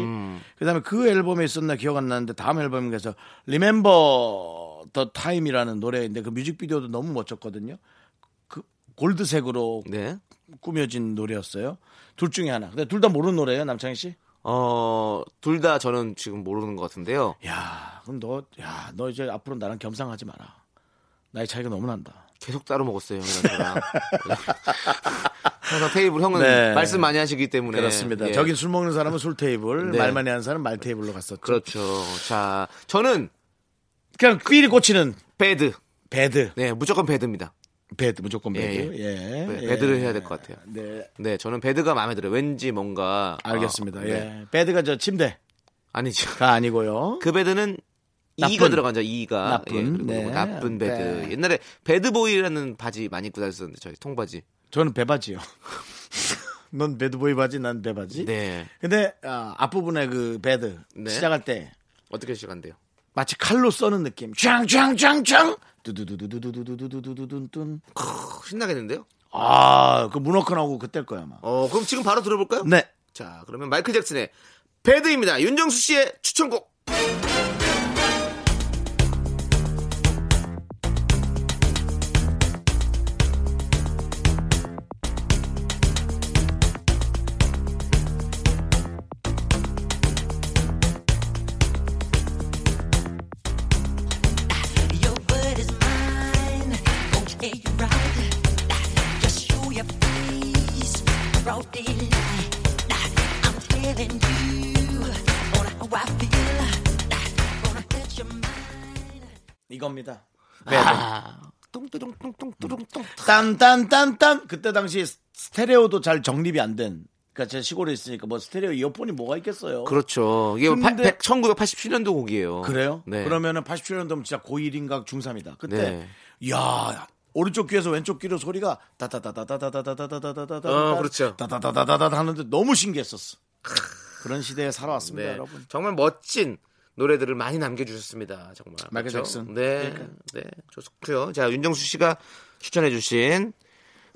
A: 그다음에 그 앨범에 있었나 기억 안 나는데 다음 앨범에서 Remember the Time이라는 노래인데 그 뮤직비디오도 너무 멋졌거든요. 그 골드색으로
B: 네.
A: 꾸며진 노래였어요. 둘 중에 하나. 근데 둘 다 모르는 노래예요, 남창희 씨?
B: 어, 둘 다 저는 지금 모르는 것 같은데요.
A: 야, 그럼 너, 야, 너 이제 앞으로 나랑 겸상하지 마라. 나이 차이가 너무 난다.
B: 계속 따로 먹었어요,
A: <laughs>
B: 형이랑 저랑. 항상 테이블 형은
A: 네.
B: 말씀 많이 하시기 때문에.
A: 그렇습니다.
B: 예.
A: 저긴 술 먹는 사람은 술 테이블,
B: 네.
A: 말 많이 하는 사람은 말 테이블로 갔었죠.
B: 그렇죠. 자, 저는
A: 그냥 삘이 꽂히는
B: 배드.
A: 배드,
B: 네, 무조건 배드입니다.
A: 배드 무조건
B: 예,
A: 배드. 예,
B: 네,
A: 예.
B: 배드를 해야 될 것 같아요.
A: 네,
B: 네, 저는 배드가 마음에 들어요. 왠지 뭔가 어,
A: 알겠습니다.
B: 네.
A: 예, 배드가 저 침대가
B: 아니죠.
A: 아니고요.
B: 그 배드는
A: 나쁜.
B: 이가 들어간죠. 이가
A: 나쁜.
B: 예, 그리고
A: 네.
B: 뭐 나쁜 배드.
A: 네. 옛날에
B: 옛날에 배드보이라는 바지 많이 입고 다녔었는데 저희 통바지.
A: 저는 배바지요. <laughs> 넌 배드보이 바지, 난 배바지.
B: 네.
A: 근데 아, 앞부분에 그 배드
B: 네.
A: 시작할 때
B: 어떻게 시작한대요?
A: 마치 칼로 써는 느낌. 쫙쫙쫙쫙 두두두두두두두두두두둔.
B: 크, 어, 신나겠는데요?
A: 아, 그 문어커 나오고 그때일 거야 아마.
B: 어, 그럼 지금 바로 들어볼까요?
A: 네.
B: 자, 그러면 마이클 잭슨의 배드입니다. 윤정수 씨의 추천곡.
C: Your word is mine. Won't you air your right? Just show your face. Broad daylight. I'm telling you. On how I feel. Gonna hurt your mind.
A: 이겁니다.
B: 아, 똥뚜둥뚱뚱뚜둥뚱.
A: 딴딴딴딴 그때 당시 스테레오도 잘 정립이 안 된. 그러니까 제 시골에 있으니까 뭐 스테레오 이어폰이 뭐가 있겠어요.
B: 그렇죠. 이게
A: 근데-
B: 파- 백- 1987년도 곡이에요.
A: 그래요?
B: 네.
A: 그러면은 87년도면 진짜 고1인가 중3이다. 그때
B: 네.
A: 야 오른쪽 귀에서 왼쪽 귀로 소리가 따다다다다다다다다다다다다
B: 어, 그렇죠.
A: 따다다다다다 하는데 너무 신기했었어. 그런 시대에 살아왔습니다,
B: 네.
A: 여러분.
B: 정말 멋진 노래들을 많이 남겨주셨습니다. 정말.
A: 마이클
B: 그렇죠?
A: 잭슨.
B: 네. 네. 좋고요. 자, 윤정수 씨가 추천해주신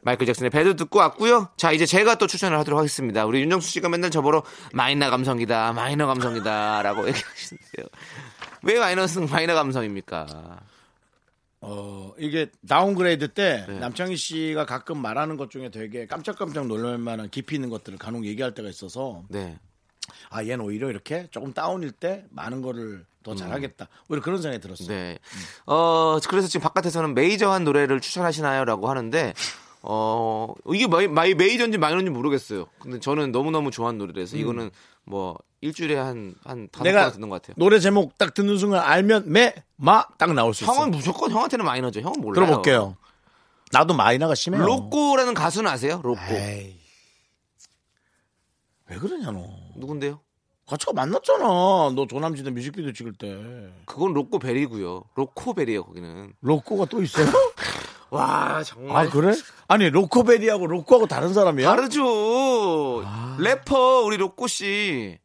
B: 마이클 잭슨의 배드 듣고 왔고요. 자, 이제 제가 또 추천을 하도록 하겠습니다. 우리 윤정수 씨가 맨날 저보러 마이너 감성이다, 마이너 감성이다라고 <laughs> 얘기하시는데요. 왜 마이너는 마이너 감성입니까?
A: 어, 이게 다운그레이드 때
B: 네.
A: 남창희 씨가 가끔 말하는 것 중에 되게 깜짝깜짝 놀랄 만한 깊이 있는 것들을 간혹 얘기할 때가 있어서
B: 네.
A: 아, 얘는 오히려 이렇게 조금 다운일 때 많은 거를 더 잘하겠다. 오히려 그런 생각이 들었어요.
B: 음. 네. 어, 그래서 지금 바깥에서는 메이저한 노래를 추천하시나요? 라고 하는데, 어, 이게 마이, 마이 메이저인지 마이너인지 모르겠어요. 근데 저는 너무너무 좋아하는 노래라서 이거는 뭐 일주일에 한, 한 다섯
A: 음. 내가 음.
B: 번 듣는 것 같아요.
A: 노래 제목 딱 듣는 순간 알면 매, 마, 딱 나올 수 있어요.
B: 형은 무조건 형한테는 마이너죠. 형은 몰라요.
A: 들어볼게요. 나도 마이너가 심해요.
B: 로꼬라는 가수는 아세요? 로꼬.
A: 에이. 왜 그러냐, 너.
B: 누군데요?
A: 같이 만났잖아. 너 조남지대 뮤직비디오 찍을 때.
B: 그건 로꼬 베리고요. 로코베리예요, 거기는.
A: 로꼬가 또 있어요?
B: <laughs> 와, 정말
A: 아, 그래? 아니, 로코베리하고 로꼬하고 다른 사람이야?
B: 다르죠. 아,
A: 아.
B: 래퍼 우리 로꼬 씨.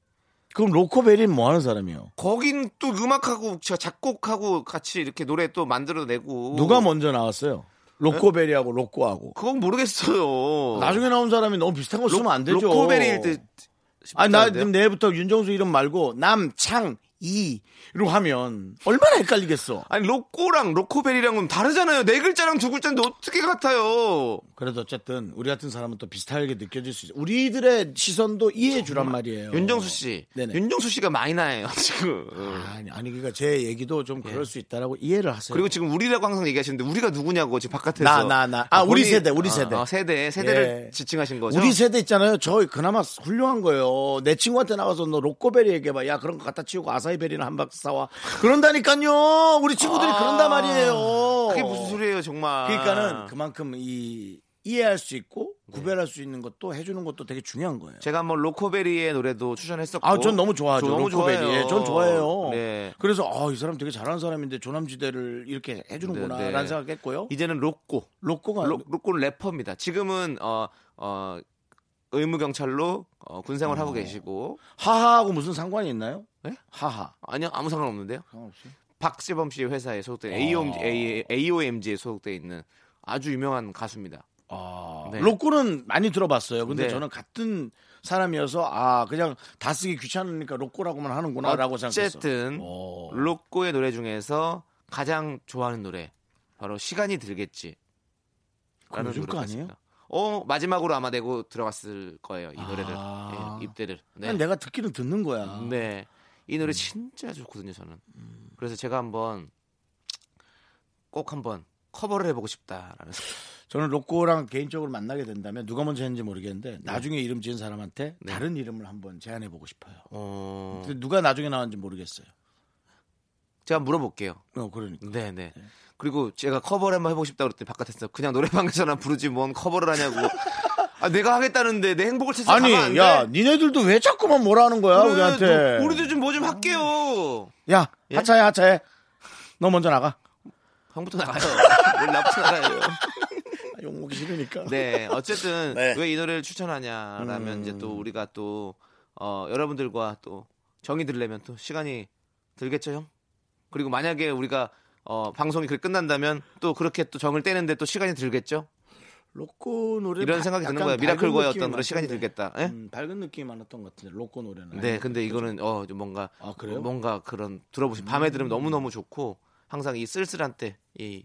A: 그럼 로코베리는 뭐 하는 사람이에요?
B: 거긴 또 음악하고 자- 작곡하고 같이 이렇게 노래 또 만들어내고
A: 누가 뭐- 먼저 나왔어요? 로코베리하고 로꼬하고.
B: 그건 모르겠어요.
A: 나중에 나온 사람이 너무 비슷한 거 쓰면 안 되죠.
B: 로코베리일 때
A: 아니, 나
B: 싶다는데요?
A: 지금 내일부터 윤정수 이름 말고 남창이로 하면 얼마나 헷갈리겠어.
B: 아니 로꼬랑 로코베리랑은 다르잖아요. 네 글자랑 두 글자인데 어떻게 같아요?
A: 그래도 어쨌든 우리 같은 사람은 또 비슷하게 느껴질 수 있어. 우리들의 시선도 이해해 주란 말이에요.
B: 윤정수 씨,
A: 네네.
B: 윤정수 씨가 마이너예요 <laughs> 지금.
A: 아니, 아니 그러니까 제 얘기도 좀 그럴 수 있다라고 이해를 하세요.
B: 예. 그리고 지금 우리라고 항상 얘기하시는데 우리가 누구냐고 지금 바깥에서
A: 네. 나, 나, 나. 아, 우리 세대, 우리
B: 아,
A: 세대.
B: 아, 세대 세대를
A: 예.
B: 지칭하신 거죠?
A: 우리 세대 있잖아요. 저 그나마 훌륭한 거예요. 내 친구한테 나가서 너 로꼬베리 얘기해봐. 야, 그런 거 갖다 치우고 아사히베리는 한 박스 사와. 그런다니까요. 우리 친구들이
B: 아,
A: 그런단 말이에요. 아.
B: 그게 무슨 소리예요 정말?
A: 그러니까는 그만큼 이, 이해할 수 있고 구별할 수 있는 것도 해주는 것도 되게 중요한 거예요.
B: 제가 한번 로코베리의 노래도 추천했었고.
A: 아, 전 너무 좋아하죠.
B: 너무
A: 로코베리.
B: 좋아해요.
A: 예, 전 좋아해요.
B: 네.
A: 그래서 아, 이 사람 되게 잘하는 사람인데 조남지대를 이렇게 해주는구나라는
B: 네, 네.
A: 생각했고요.
B: 이제는 로꼬.
A: 아, 로꼬가
B: 로, 로꼬는 래퍼입니다. 지금은 어, 어, 의무경찰로 어, 군생활
A: 음.
B: 하고 계시고.
A: 하하하고 무슨 상관이 있나요?
B: 네?
A: 하하.
B: 아니요, 아무 상관없는데요.
A: 상관없어요.
B: 박재범 씨 회사에 소속된
A: 어.
B: AOMG, AOMG에 소속돼 있는 아주 유명한 가수입니다.
A: 아,
B: 네.
A: 로꼬는 많이 들어봤어요. 근데
B: 네.
A: 저는 같은 사람이어서 아 그냥 다 쓰기 귀찮으니까 로꼬라고만 하는구나라고 네. 생각했어.
B: 어쨌든
A: 오.
B: 로꼬의 노래 중에서 가장 좋아하는 노래 바로 시간이 들겠지.
A: 그건 요즘 거 아니에요?
B: 어 마지막으로 아마 내고 들어갔을 거예요 이 노래를
A: 아.
B: 예, 입대를. 네.
A: 그냥 내가 듣기는 듣는 거야.
B: 네. 이
A: 음.
B: 노래 진짜 좋거든요, 저는. 그래서 제가 한번 꼭 한번 커버를 해보고 싶다라는 생각.
A: 저는 로꼬랑 개인적으로 만나게 된다면 누가 먼저 했는지
B: 네.
A: 모르겠는데 나중에 이름 지은 사람한테 다른 이름을 한번 제안해 보고 싶어요.
B: 어,
A: 근데 누가 나중에 나왔는지 모르겠어요.
B: 제가 물어볼게요.
A: 어, 그러니까.
B: 네, 네. 그리고 제가 커버를 한번 해보고 싶다 그랬더니 바깥에서 그냥 노래방에서 난 부르지 뭔 커버를
A: <laughs>
B: 하냐고. 아, 내가 하겠다는데 내 행복을 찾아서 가면 안
A: 아니,
B: 돼.
A: 야, 니네들도 왜 자꾸만 뭐라 하는 거야,
B: 그래,
A: 아, 우리한테.
B: 너- 우리도 좀 뭐 좀 할게요.
A: 야,
B: 예?
A: 하차해, 하차해. 너 먼저 나가.
B: 형부터 나가요. 뭘 나부터 나가요.
A: 아, 욕먹기 싫으니까.
B: 네, 어쨌든
A: 네.
B: 왜 이 노래를 추천하냐라면 이제
A: 음.
B: 또 우리가 또 어, 여러분들과 또 정이 들려면 또 시간이 들겠죠, 형. 그리고 만약에 우리가 어, 방송이 그 끝난다면 또 그렇게 또 정을 떼는데 또 시간이 들겠죠.
A: 로꼬 노래
B: 이런 생각이 드는 거야. 미라클 거의 어떤 그런 시간이 들겠다.
A: 음.
B: 예?
A: 밝은 느낌이 많았던 것 같은데 로꼬 노래는.
B: 네, 근데 이거는 어좀 뭔가
A: 아, 그래요? 음.
B: 뭔가 그런 들어보시 밤에 들으면 너무 너무 좋고 항상 이 쓸쓸한 때 이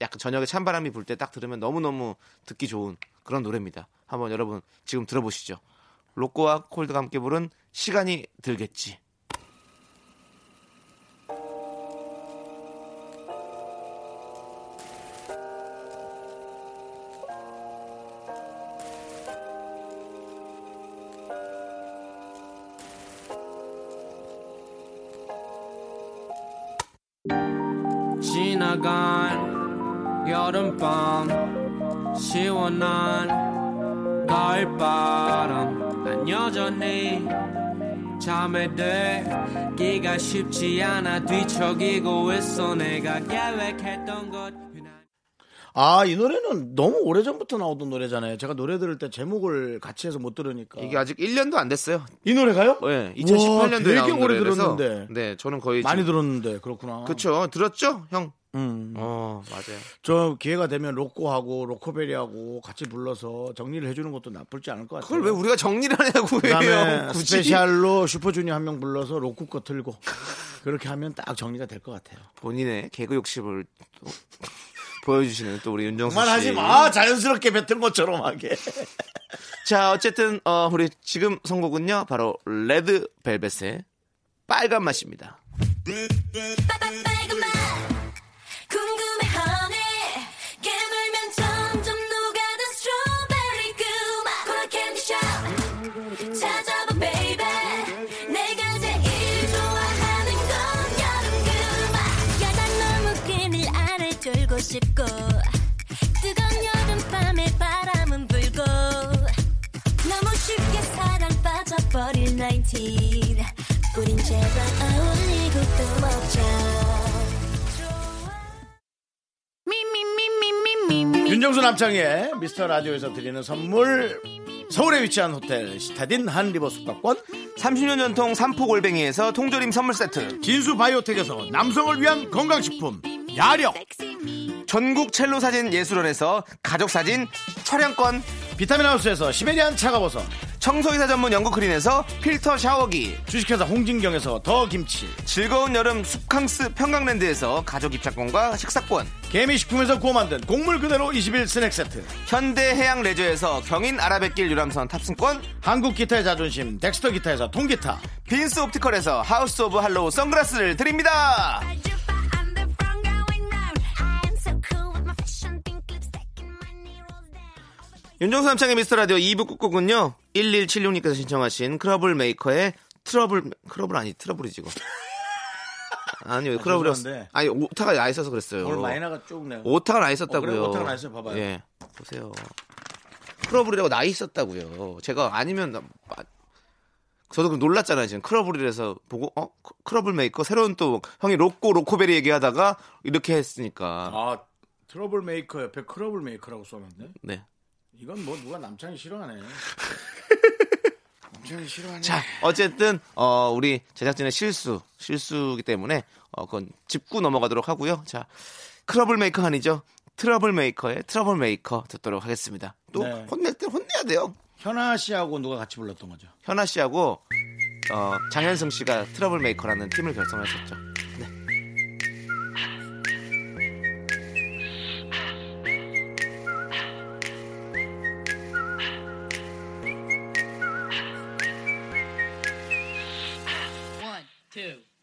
B: 약간 저녁에 찬바람이 불 때 딱 들으면 너무 너무 듣기 좋은 그런 노래입니다. 한번 여러분 지금 들어보시죠. 로꼬와 콜드가 함께 부른 시간이 들겠지.
G: 지나간 여름밤 시원한 가을바람 난 여전히 잠에 들기가 쉽지 않아 뒤척이고 있어 내가 계획했던 것 유난-
A: 아, 이 노래는 너무 오래전부터 나오던 노래잖아요. 제가 노래 들을 때 제목을 같이 해서 못 들으니까.
B: 이게 아직 1년도 안 됐어요.
A: 이 노래가요? 우와,
B: 예, 2018년도에
A: 되게
B: 나온
A: 오래
B: 노래라서
A: 들었는데.
B: 네, 저는 거의
A: 많이
B: 지금-
A: 들었는데 그렇구나.
B: 그쵸 들었죠, 형.
A: 음.
B: 어, 맞아요.
A: 저 기회가 되면 로꼬하고 로코베리하고 같이 불러서 정리를 해주는 것도 나쁘지 않을 것 같아요.
B: 그걸 왜 우리가 정리를 하냐고 해요.
A: 그다음에 스페셜로 슈퍼주니어 한 명 불러서 로꼬 거 틀고 그렇게 하면 딱 정리가 될 것 같아요.
B: 본인의 개그 욕심을 또 <laughs> 보여주시는 또 우리 윤정수 씨.
A: 그만하지 마 자연스럽게 뱉은 것처럼
B: <laughs>
A: 하게.
B: 자, 어쨌든 어, 우리 지금 선곡은요 바로 레드 벨벳의 빨간 맛입니다.
F: 빨간 맛 궁금해 honey 깨물면 점점 녹아든 스트로베리 그맛 콜라 캔디 아, 샵 찾아봐 baby 내가 제일 좋아하는 건 여름 그맛 야단 너무 비밀 아래 졸고 싶고 뜨거운 여름밤에 바람은 불고 너무 쉽게 사랑 빠져버릴 19 우린 제발 어울리고 또 먹자
A: 윤정수 남창의 미스터 라디오에서 드리는 선물 서울에 위치한 호텔 시타딘 한 리버 숙박권
B: 30년 전통 삼포골뱅이에서 통조림 선물 세트,
A: 진수 바이오텍에서 남성을 위한 건강식품 야력
B: 전국 첼로 사진 예술원에서 가족 사진 촬영권,
A: 비타민 하우스에서 시베리안 차가워서
B: 청소이사 전문 영국 크린에서 필터 샤워기,
A: 주식회사 홍진경에서 더 김치
B: 즐거운 여름 숲캉스 평강랜드에서 가족 입장권과 식사권,
A: 개미식품에서 구워 만든 곡물 그대로 21 스낵 세트
B: 현대해양 레저에서 경인 아라뱃길 유람선 탑승권,
A: 한국 기타의 자존심 덱스터 기타에서 통기타
B: 빈스 옵티컬에서 하우스 오브 할로우 선글라스를 드립니다.
F: I'm the front going round I am so cool with my fashion pink lipstick and my knee rolls down
B: 윤정수 남창의 미스터 라디오 2부 끝곡은요. 1176님께서 신청하신 크러블 메이커의 트러블 크러블 아니
A: <laughs>
B: 트러블이지 이거. 아니요. 크러블이었어.
A: 죄송한데.
B: 아니 오타가 나 있어서 그랬어요.
A: 오늘 마이너가 쭉 내가
B: 오타가 나
A: 어,
B: 있었다고요.
A: 그래요? 오타가 나 있어요. 봐봐요.
B: 예. 보세요. 크러블이라고 나 있었다고요. 제가 아니면 나- 아, 저도 그 놀랐잖아요. 지금 크러블이라서 보고 어 크- 크러블 메이커 새로운 또 형이 로꼬 로코베리 얘기하다가 이렇게 했으니까
A: 아 트러블 메이커 옆에 크러블 메이커라고 써놨네
B: 네.
A: 이건 뭐 누가 남창이 <laughs> 싫어하네 남창이 싫어하네
B: 자, 어쨌든 어, 우리 제작진의 실수, 실수기 때문에 어, 그건 짚고 넘어가도록 하고요. 자, 트러블 메이커 아니죠? 트러블 메이커의 트러블 메이커 듣도록 하겠습니다. 또
A: 네.
B: 혼낼 때 혼내야 돼요.
A: 현아 씨하고 누가 같이 불렀던 거죠
B: 현아 씨하고 어, 장현승 씨가 트러블 메이커라는 팀을 결성하셨죠.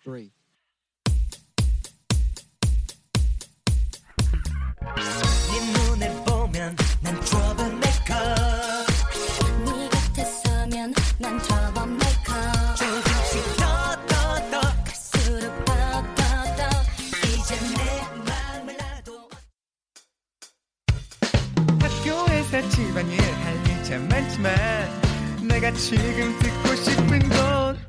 H: three.
C: 네 눈을 보면 난 troublemaker
E: 네 곁에서면 난 troublemaker
C: 조금씩 더더더
E: 갈수록 더더더
C: 이제 내 맘을 놔둬
I: 학교에서 집안일 할 일 참 많지만 내가 지금 듣고 싶은 건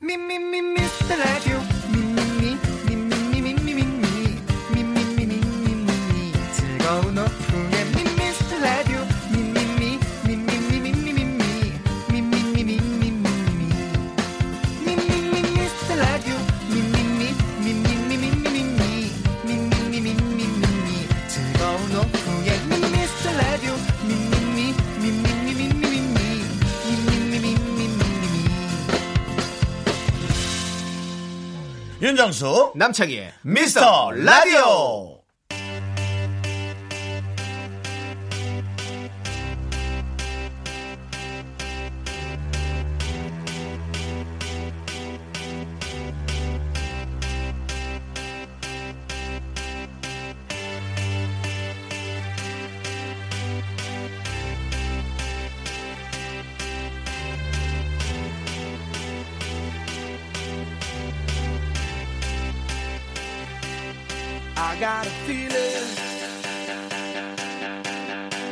I: 미미미 미스터 라디오 미미미 미미미 미미미 미미미 미미미 미미미 즐거운 오후에 미미스터 라디오 미미미 미미미 미미미 미미미 미미미 미미미
A: 윤정수
B: 남창희의
A: 미스터 라디오
H: I got a feeling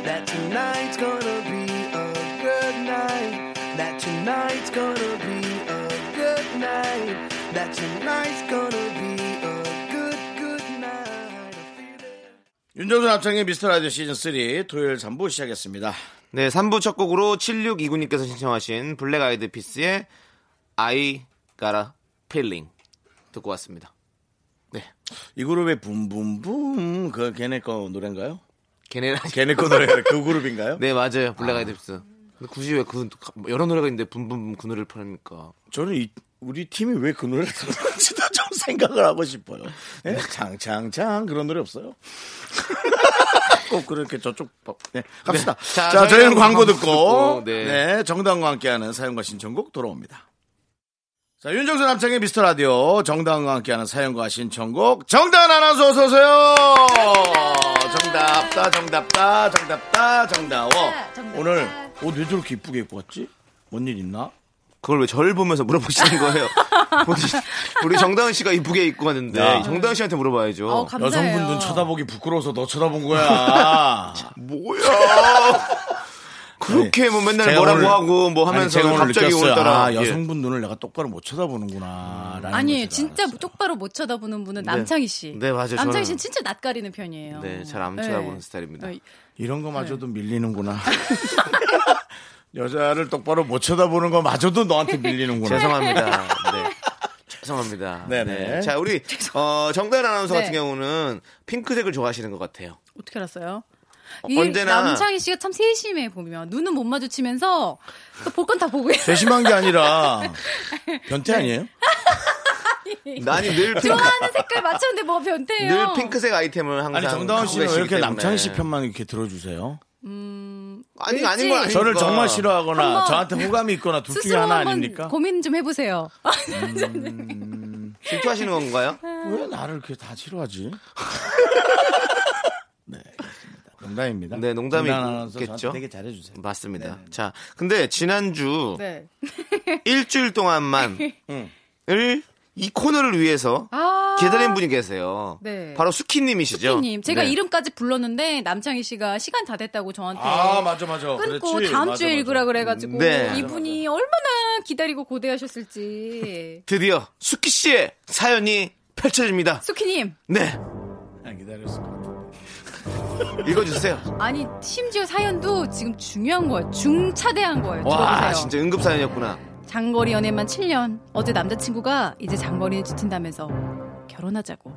H: that tonight's gonna be a good night. That tonight's gonna be a good night. That tonight's gonna be a good, good night.
A: 윤정수 남창의 미스터 라디오 시즌 3 토요일 3부 시작했습니다.
B: 네, 3부 첫 곡으로 7629님께서 신청하신 블랙 아이드 피스의 I got a feeling 듣고 왔습니다. 네.
A: 이 그룹의 붐붐붐 그 걔네 거 노래인가요?
B: 걔네랑
A: 걔네 거 노래 그 <laughs> 그룹인가요?
B: 네, 맞아요. 블랙 아이드 피스. 근데 굳이 왜 그 여러 노래가 있는데 붐붐붐 그 노래를 부릅니까?
A: 저는 이- 우리 팀이 왜 그 노래를 들었는지도 <laughs> 좀 생각을 하고 싶어요. 예? 창창창 그런 노래 <laughs> 없어요? 꼭 그렇게 저쪽 법- 네, 갑시다.
B: 네.
A: 자,
B: 자,
A: 저희는 광고,
B: 광고
A: 듣고,
B: 듣고,
A: 네.
B: 네.
A: 정당과 함께하는 사연과 신청곡 돌아옵니다. 자, 윤정수 남창의 미스터 라디오 정당과 함께하는 사연과 신청곡 정당 아나운서 어서 오세요. 정답다 정답다 정답다 정다워.
E: 네, 정답다.
A: 오늘 옷 왜 저렇게 이쁘게 입고 왔지? 뭔 일 있나?
B: 그걸 왜 저를 보면서 물어보시는 거예요? <laughs> 우리, 우리 정다은 씨가 이쁘게 입고 왔는데
A: 야.
B: 정다은 씨한테 물어봐야죠.
J: 어, 감사해요.
A: 여성분 눈 쳐다보기 부끄러워서 너 쳐다본
J: <laughs>
A: 거야. <laughs>
B: 뭐야? 그렇게 뭐 맨날
A: 제가
B: 뭐라고
A: 오늘-
B: 하고 뭐
A: 아니,
B: 하면서
A: 제가 오늘
B: 갑자기
A: 느꼈어요.
B: 오늘따라
A: 아,
B: 예.
A: 여성분 눈을 내가 똑바로 못 쳐다보는구나. 라는
J: 아니
A: 걸 제가
J: 진짜
A: 알았어요.
J: 똑바로 못 쳐다보는 분은 남창희 씨.
B: 네, 맞아요.
J: 남창희
B: 저는-
J: 씨는 진짜 낯가리는 편이에요.
B: 네, 잘안 쳐다보는 스타일입니다.
J: 어,
A: 이런 거마저도 밀리는구나. <laughs> 여자를 똑바로 못 쳐다보는 거마저도
J: <laughs>
A: 너한테 밀리는구나. <laughs>
B: 죄송합니다. 네. 죄송합니다.
A: 네. 네네.
B: 자, 우리 어, 정다은 아나운서
J: 네.
B: 같은 경우는 핑크색을 좋아하시는 것 같아요.
J: 어떻게 알았어요?
B: 어,
J: 이
B: 언제나-
J: 남창희 씨가 참 세심해 보면 눈은 못 마주치면서 또 볼 건 다
B: <laughs>
J: 보고
A: 괘씸한 게
J: <laughs>
A: 아니라 변태
J: 네.
A: 아니에요?
B: 아니 늘 핑크,
J: 좋아하는 색깔 맞췄는데 뭐가 변태예요?
B: 늘 핑크색 아이템을 항상
A: 아니 정다은
B: 갖고
A: 씨는 왜
B: 계시기
A: 이렇게
B: 때문에.
A: 남창희 씨 편만 이렇게 들어주세요?
B: 아니 아닌 건 아니니까.
A: 저를 정말 싫어하거나
J: 그러니까 한번
A: 저한테 호감이 있거나 둘 중에
J: 스스로
A: 하나
J: 한번
A: 아닙니까?
J: 고민 좀 해보세요.
B: 아, 질투하시는
J: <laughs>
B: 건가요?
J: 네.
A: 왜 나를 그렇게 다
B: <laughs>
A: 싫어하지? 네. 알겠습니다. 농담입니다.
B: 네, 농담이
A: 정다은 아나운서
B: 있겠죠. 음.
A: 저한테 되게 잘해주세요.
B: 맞습니다.
A: 네.
B: 자, 근데 지난주
J: 네.
B: 일주일 동안만
A: <laughs>
B: 을 이 코너를 위해서
J: 아.
B: 기다린 분이 계세요.
J: 네.
B: 바로 수키님이시죠.
J: 님 제가
B: 네.
J: 이름까지 불렀는데 남창희 씨가 시간 다 됐다고 저한테
A: 아 맞아 맞아.
J: 끊고
A: 그렇지.
J: 다음
A: 맞아, 음.
J: 주에
A: 맞아.
J: 읽으라 그래가지고
B: 네.
J: 이분이 얼마나 기다리고 고대하셨을지
B: 드디어 수키 씨의 사연이 펼쳐집니다.
J: 수키님
B: 네,
A: 난 기다렸을 것 음. 같아.
B: 읽어주세요.
J: 아니 심지어 사연도 지금 중요한 거예요 중차대한 거예요
B: 와,
J: 들어보세요
B: 진짜 응급 사연이었구나.
J: 장거리 연애만 7년 어제 남자친구가 이제 장거리에 지친다면서 결혼하자고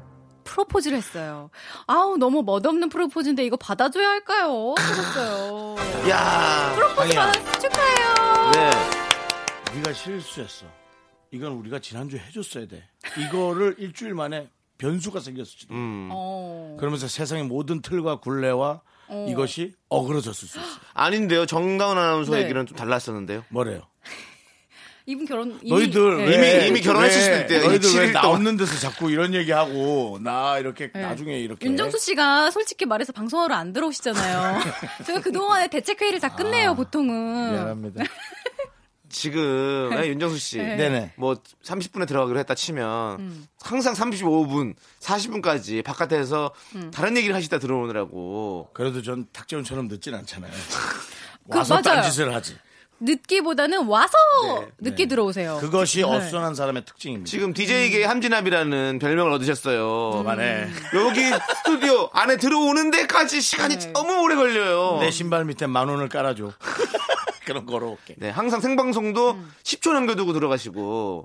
J: 프로포즈를 했어요 아우 너무 멋없는 프로포즈인데 이거 받아줘야 할까요
A: <laughs>
J: 하셨어요 아,
B: 야,
J: 프로포즈 받았 축하해요
B: 네,
A: 네가 실수했어. 이건 우리가 지난주에 해줬어야 돼. 이거를 일주일 만에 변수가 생겼을지도.
B: 음.
J: 어.
A: 그러면서 세상의 모든 틀과 굴레와 이것이 어그러졌을 수 있어.
B: 아닌데요. 정다운 아나운서
J: 네.
B: 얘기랑 좀 달랐었는데요.
A: 뭐래요?
J: 이분 결혼 이미-
A: 너희들
J: 네.
A: 왜-
B: 이미- 이미 결혼했을
A: 왜-
B: 수도 있대요.
A: 너희들 왜
B: 7일
A: 나
B: 동안.
A: 없는 데서 자꾸 이런 얘기하고 나 이렇게
J: 네.
A: 나중에 이렇게
J: 윤정수 씨가 솔직히 말해서 방송하러
B: <laughs>
J: 안 들어오시잖아요. 저는 그동안에 대책회의를 다
B: 아,
J: 끝내요, 보통은.
A: 미안합니다.
B: 지금 네, 윤정수 씨.
J: 네. 음.
A: 네네.
B: 뭐 30분에 들어가기로 했다 치면 항상 35분, 40분까지 바깥에서
J: 음.
B: 다른 얘기를 하시다 들어오느라고
A: 그래도 전 탁재훈처럼 늦진 않잖아요.
J: <laughs> 그,
A: 와서
J: 맞아요.
A: 딴짓을 하지.
J: 늦기보다는 와서 늦게
A: 네.
J: 들어오세요.
A: 그것이
J: 네.
A: 어수선한 사람의 특징입니다.
B: 지금 DJ계
J: 음.
B: 함진압이라는 별명을 얻으셨어요.
A: 만에
B: 여기 스튜디오 안에 들어오는 데까지 시간이
J: 네.
B: 너무 오래 걸려요.
A: 내 신발 밑에 만 원을 깔아줘. <laughs> 그럼 걸어올게.
B: 네, 항상 생방송도
J: 음.
B: 10초 남겨두고 들어가시고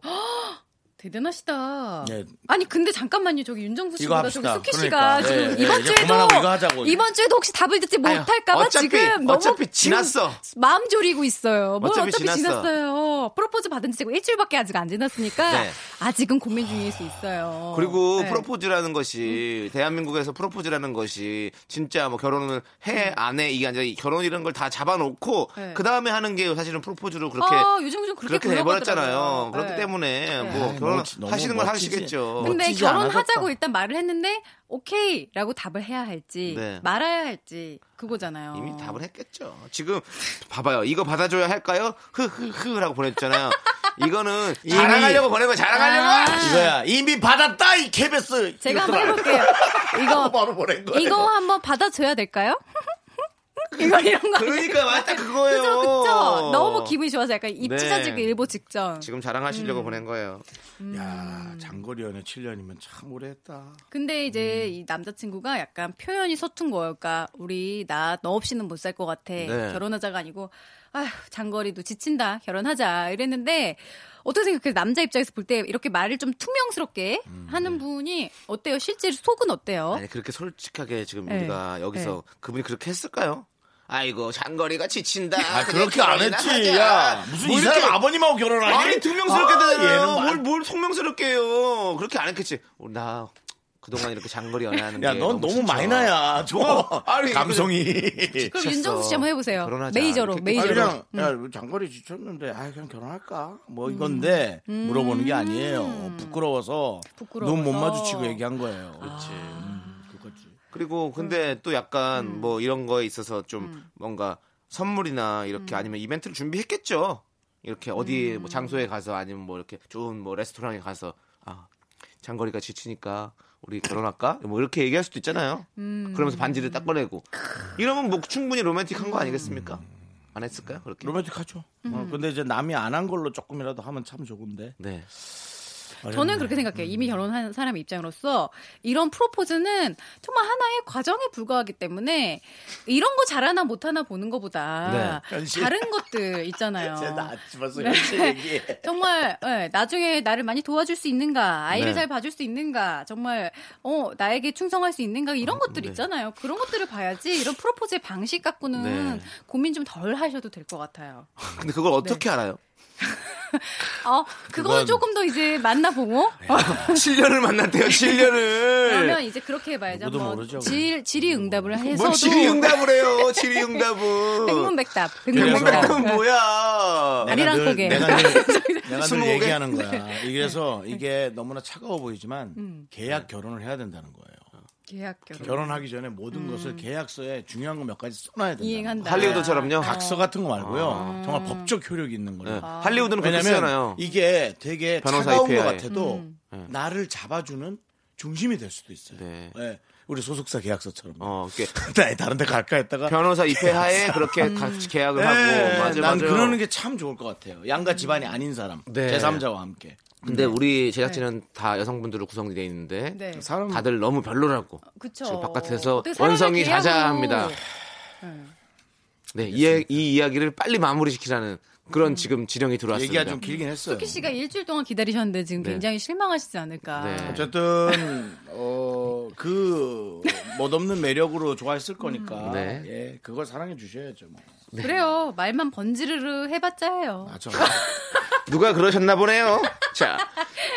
J: 대단하시다.
A: 네.
J: 아니 근데 잠깐만요. 저기 윤정수
A: 이거
J: 씨보다 저기
A: 합시다.
J: 숙희
A: 그러니까.
J: 씨가
A: 네,
J: 지금
A: 네,
J: 이번
A: 이제 그만하고 이거
J: 주에도
A: 하자고.
J: 이번 주에도 혹시 답을 듣지
B: 아유,
J: <gasps> 못할까봐
B: 어차피,
J: 지금 너무
B: 어차피
J: 지금
B: 지났어.
J: 마음 졸이고 있어요. 뭘
B: 어차피
J: 어차피,
B: 지났어.
J: 지났어요. 프로포즈 받은 지 지금 일주일밖에 아직 안 지났으니까
B: 네.
J: 아직은 고민 중일 수 있어요.
B: 그리고
J: 네. 음.
B: 프로포즈라는 것이 대한민국에서 프로포즈라는 것이 진짜 뭐 결혼을 해 안 해 이게 아니라 이 결혼이라는 걸 다 잡아놓고
J: 음. 네.
B: 그 다음에 하는 게 사실은 프로포즈로 그렇게
J: 아, 요즘 좀 그렇게
B: 그렇게 돼버렸잖아요.
J: 굴러가더라고요.
B: 그렇기
J: 네.
B: 때문에 뭐
A: 아이, 멋지- 너무
B: 결혼하시는 걸
A: 멋지지.
B: 하시겠죠.
J: 근데
A: 멋지지
J: 결혼하자고
A: 않아졌다.
J: 일단 말을 했는데 오케이라고 답을 해야 할지
B: 네.
J: 말아야 할지 그거잖아요.
B: 이미 답을 했겠죠. 지금 봐봐요. 이거 받아줘야 할까요? 흐흐흐라고 보냈잖아요. 이거는
A: 이미-
B: 자랑하려고 보낸 거야. 자랑하려고.
A: 이거야 이미 받았다 이 케베스.
J: 아. 제가 한번 해볼게요.
B: <laughs> 뭐
J: 이거
A: 바로 보낸 거예요.
J: 이거 한번 받아줘야 될까요? <laughs> 이거 이런 거.
B: 그러니까 맞다 그거예요.
J: 그죠, 그죠. 너무 기분이 좋아서 약간 입
B: 네.
J: 찢어지고 일보 직전.
B: 지금 자랑하시려고
J: 음.
B: 보낸 거예요.
A: 음. 야 장거리 연애 7년이면 참 오래했다.
J: 근데 이제 이 남자친구가 약간 표현이 서툰 거예요. 그러니까 우리 나 너 없이는 못 살 것 같아.
B: 네.
J: 결혼하자가 아니고 아휴 장거리도 지친다. 결혼하자 이랬는데 어떻게 생각해요? 남자 입장에서 볼 때 이렇게 말을 좀 투명스럽게 하는 분이 어때요? 실제로 속은 어때요?
B: 아니 그렇게 솔직하게 지금
J: 네.
B: 우리가 여기서 그분이 그렇게 했을까요? 아이고 장거리가 지친다.
A: 아
B: 그냥
A: 그렇게 안
B: 결혼이나
A: 했지.
B: 하자.
A: 야 무슨
B: 뭐
A: 이
B: 이렇게
A: 사람 아버님하고 결혼하니?
B: 아니 등명스럽게 되잖아요.
A: 얘는
B: 뭘, 뭘 속명스럽게 해요. 그렇게 안 했겠지. 어, 나 그동안 이렇게 장거리 연애하는 게
A: 야 넌 너무
B: 지쳐.
A: 마이너야. 저
B: 아니,
A: 감성이.
J: 그럼
B: 미쳤어.
J: 윤정수 씨 한번 해보세요.
B: 결혼하자.
J: 메이저로
B: 이렇게
A: 아니,
J: 메이저로.
A: 그냥 야, 장거리 지쳤는데 아 그냥 결혼할까 뭐 이건데 물어보는 게 아니에요 부끄러워서,
J: 부끄러워서.
A: 눈 못 마주치고 얘기한 거예요 아. 그렇지
J: 음.
B: 그리고 근데 또 약간 뭐 이런 거에 있어서 좀 뭔가 선물이나
J: 음.
B: 이렇게 아니면 이벤트를 준비했겠죠. 이렇게 어디 뭐 장소에 가서 아니면 뭐 이렇게 좋은 뭐 레스토랑에 가서 아 장거리가 지치니까 우리 결혼할까? 뭐 이렇게 얘기할 수도 있잖아요.
J: 음.
B: 그러면서 반지를 딱 꺼내고 이러면 뭐 충분히 로맨틱한 거 아니겠습니까?
J: 음.
B: 안 했을까요? 그렇게?
A: 로맨틱하죠 어, 근데 이제 남이 안 한 걸로 조금이라도 하면 참 좋은데
B: 네.
J: 저는 그렇게 생각해요. 이미 결혼한 사람 입장으로서 이런 프로포즈는 정말 하나의 과정에 불과하기 때문에 이런 거 잘하나 못하나 보는 것보다
A: 네. 현실.
J: 다른 것들 있잖아요.
A: 집어서 이렇게 얘기해
J: 정말 예, 나중에 나를 많이 도와줄 수 있는가, 아이를
B: 네.
J: 잘 봐줄 수 있는가, 정말 어 나에게 충성할 수 있는가 이런 것들
B: 네.
J: 있잖아요. 그런 것들을 봐야지 이런 프로포즈의 방식 갖고는
B: 네.
J: 고민 좀 덜 하셔도 될 것 같아요.
B: 근데 그걸 어떻게
J: 네.
B: 알아요? <laughs>
J: 어 그거는
A: 그건-
J: 조금 더 이제 만나보고
B: 네.
J: 어,
B: 7년을 만났대요. 7년을.
J: 아. 그러면 이제 그렇게 해봐야죠.
A: 누구도
J: 한번
A: 모르죠,
J: 질, 질의응답을 해서도
B: 뭐 질의응답을 해요. 질의응답을.
J: <laughs> 백문백답.
A: 백문백답은
J: 네.
B: 뭐야?
J: <laughs> 아리랑
A: 늘-
J: 고개.
A: 내가 늘, 내가 늘
B: 스무고개?
A: 얘기하는 거야 이래서 이게 너무나 차가워 보이지만 계약 결혼을 해야 된다는 거예요
J: 계약 결혼.
A: 결혼하기 전에 모든 것을 계약서에 중요한 거 몇 가지 써놔야 된다
J: 이행한다.
B: 할리우드처럼요.
J: 네. 아.
B: 아.
A: 각서 같은 거 말고요. 정말 법적 효력이 있는
B: 네.
A: 거예요.
B: 할리우드는 그렇게 쓰잖아요.
A: 왜냐면 이게 되게
B: 변호사
A: 차가운
B: IPI.
A: 것 같아도 나를 잡아주는 중심이 될 수도 있어요.
B: 네.
A: 예. 우리 소속사 계약서처럼. <laughs>
B: 어, 이렇게
A: 나 다른 데 갈까 했다가
B: 변호사
A: <laughs>
B: 입회하에 그렇게
J: 음.
B: 같이 계약을
A: 예,
B: 하고 맞아요.
A: 난
B: 맞아요.
A: 그러는 게 참 좋을 것 같아요. 양가 집안이 아닌 사람,
B: 네.
A: 제3자와 함께.
B: 근데 우리 제작진은 다 여성분들로 구성이 돼 있는데
J: 네.
A: 사람
B: 다들 너무 별로라고.
J: 그쵸.
B: 지금 바깥에서
J: 어떻게 사람을
B: 원성이
J: 계약으로-
B: 자자합니다. 네, 이, 이 이야기를 빨리 마무리시키라는
J: 음.
B: 그런 지금 지령이 들어왔습니다.
A: 얘기가 좀 길긴 했어요.
J: 쿠키 씨가 일주일 동안 기다리셨는데 지금
B: 네.
J: 굉장히 실망하시지 않을까.
A: 아,
B: 네.
A: 어쨌든 어, 그 멋없는 매력으로 좋아했을 거니까
B: 네.
A: 예, 그걸 사랑해 주셔야죠. 뭐.
J: 그래요. 말만 번지르르 해봤자예요.
B: 아,
A: 맞죠.
B: 누가 그러셨나 보네요. 자,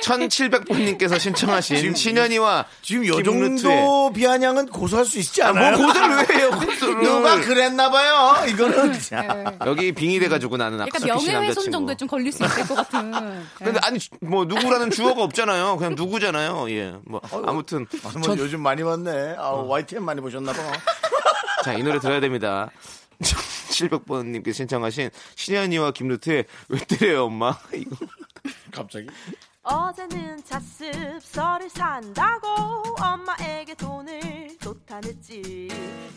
B: 1700번님께서 신청하신 신현이와
A: 지금 요
B: 김루트의-
A: 정도 비아냥은 고소할 수 있지 않아요?
B: 뭐 고소를
A: <laughs>
B: 왜 해요? 고소를. 네.
A: 누가 그랬나봐요.
B: <laughs>
A: 이거는 아, 진짜.
B: 여기 빙의 돼가지고 나는
J: 약간
B: 악수 피신
J: 그러니까
B: 남자친구.
J: 명예훼손 정도에 좀 걸릴 수 있을 것
B: <laughs>
J: 같은. 네.
B: 근데 아니 뭐 누구라는 주어가 없잖아요. 그냥 누구잖아요. 예. 뭐 아무튼
A: 아, 뭐 요즘 많이 봤네. 아,
B: 어.
A: YTN 많이 보셨나봐.
B: 자 이 노래 들어야 됩니다. <laughs> 700번님께 신청하신 신현이와 김루트의 왜 때려요 엄마 이거
A: 갑자기.
K: 어제는 자습서를 산다고 엄마에게 돈을 쏟아냈지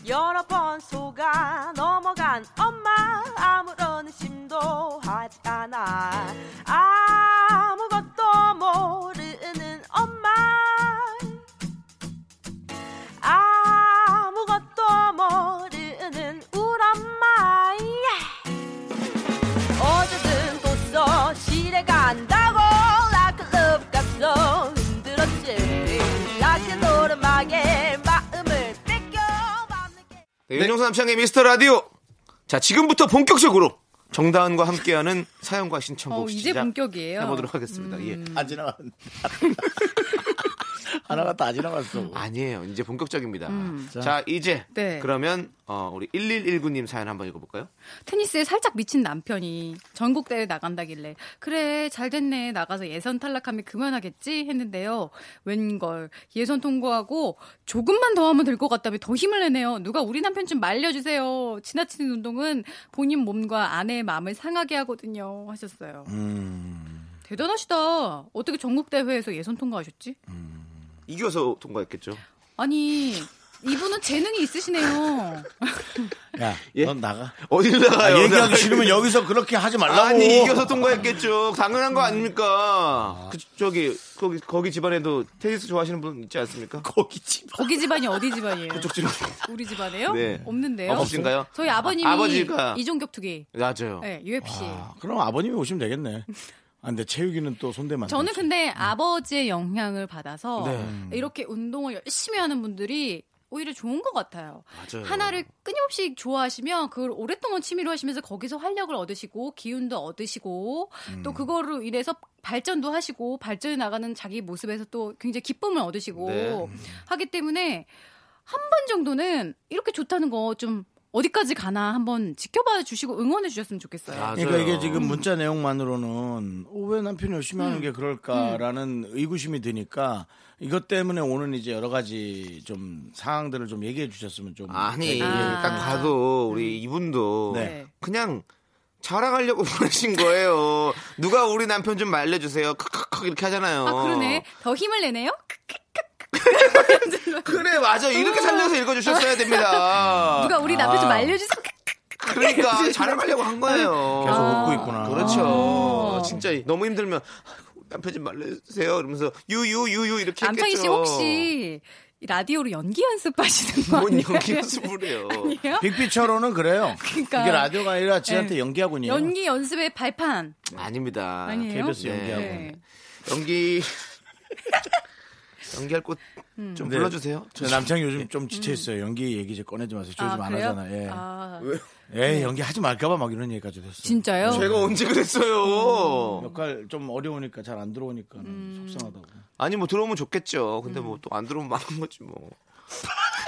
K: 여러 번 속아 넘어간 엄마 아무런 의심도 하지 않아 아무것도 모르는 엄마 아무것도 모르는 우리 엄마 예. 어제는 또써 시내 간다고 라클럽 갔어 흔들었지 라켓 오르막에 마음을 뺏겨 밤늦게
B: 네, 윤종수 남창의 미스터 라디오 자 지금부터 본격적으로 정다은과 함께하는 사연과 신청곡
J: 어, 이제
B: 시작
J: 본격이에요. 음.
B: 해보도록 하겠습니다. 예.
A: 안 아, 지나갔네. <laughs> 하나가 다 지나갔어.
B: 아니에요. 이제 본격적입니다. 자, 이제
J: 음. 네.
B: 그러면 어, 우리 1119님 사연 한번 읽어볼까요?
J: 테니스에 살짝 미친 남편이 전국 대회 나간다길래 그래 잘 됐네 나가서 예선 탈락하면 그만하겠지 했는데요 웬걸 예선 통과하고 조금만 더 하면 될 것 같다며 더 힘을 내네요 누가 우리 남편 좀 말려주세요 지나치는 운동은 본인 몸과 아내의 마음을 상하게 하거든요 하셨어요
B: 음.
J: 대단하시다 어떻게 전국 대회에서 예선 통과하셨지
B: 이겨서 통과했겠죠.
J: 아니 이분은 재능이 있으시네요
A: 야,
B: 예?
A: 넌 나가.
B: 어딜
A: 아,
B: 나가요?
A: 얘기하기
B: <laughs> 나가요.
A: 싫으면 여기서 그렇게 하지 말라고.
B: 아니 이겨서 통과했겠죠. 당연한 거 아닙니까? 그, 저기 거기 거기 집안에도 테니스 좋아하시는 분 있지 않습니까?
A: <laughs> 거기 집.
J: 거기 집안이 어디 집안이에요
B: 그쪽 집
J: 우리 집안에요?
B: 네.
J: 없는데요.
B: 없으신가요?
J: 저희 아버님이
B: 아, 아버지가.
J: 이종격 투기,
B: 맞아요.
J: 네, UFC.
A: 아, 그럼 아버님이 오시면 되겠네. 아, 근데 체육이는 또 손대만.
J: 저는 근데 아버지의 영향을 받아서
B: 음. 네.
J: 이렇게 운동을 열심히 하는 분들이 오히려 좋은 것 같아요.
B: 맞아요.
J: 하나를 끊임없이 좋아하시면 그걸 오랫동안 취미로 하시면서 거기서 활력을 얻으시고 기운도 얻으시고
B: 음.
J: 또 그거로 인해서 발전도 하시고 발전해 나가는 자기 모습에서 또 굉장히 기쁨을 얻으시고
B: 네.
J: 하기 때문에 한 번 정도는 이렇게 좋다는 거 좀 어디까지 가나 한번 지켜봐 주시고 응원해 주셨으면 좋겠어요.
B: 맞아요.
A: 그러니까 이게 지금 문자 내용만으로는 어, 왜 남편이 열심히 하는 게 그럴까라는 의구심이 드니까 이것 때문에 오는 이제 여러 가지 좀 상황들을 좀 얘기해 주셨으면 좀
B: 아니
J: 아.
B: 딱 봐도 우리 이분도
A: 음. 네.
B: 그냥 자랑하려고 <laughs> 보내신 거예요. 누가 우리 남편 좀 말려주세요. 크크크 이렇게 하잖아요.
J: 아
B: 어.
J: 그러네. 더 힘을 내네요.
B: 그래 맞아 이렇게 살려서 읽어주셨어야 됩니다.
J: <laughs> 누가 우리 남편 좀
B: 아.
J: 말려주세요. <laughs>
B: 그러니까 자랑하려고 한 거예요.
A: 계속 웃고 있구나.
B: 그렇죠.
J: 아.
B: 진짜 너무 힘들면 아이고, 남편 좀 말려주세요. 이러면서 유유유유 이렇게
J: 남창희 씨
B: 했겠죠.
J: 혹시 이 라디오로 연기 연습하시는 거
B: 뭔
J: 아니에요?
B: 연기 연습을 해요.
J: 아니에요?
A: 빅피처로는 그래요.
J: 그러니까.
A: 이게 라디오가 아니라 지한테
J: 네.
A: 연기하군요.
J: 연기 연습의 발판
B: 아닙니다.
J: 아니에요?
A: KBS
B: 네.
A: 연기하고.
J: 네.
B: 연기 <laughs> 연기할 곳 좀
J: 음.
A: 네.
B: 불러주세요.
A: 저 남창이 요즘 좀 지쳐 있어요. 연기 얘기 이제 꺼내지 마세요. 저 요즘
J: 아,
A: 안
J: 그래요?
A: 하잖아. 예.
J: 아,
A: 에이, 연기 하지 말까봐 막 이런 얘기까지 됐어.
J: 진짜요?
B: 제가 언제
J: 음.
B: 그랬어요?
A: 역할 좀 어려우니까 잘 안 들어오니까 속상하다고. <laughs>
B: 아니 뭐 들어오면 좋겠죠. 근데
J: 음.
B: 뭐 또 안 들어오면 많은 거지 뭐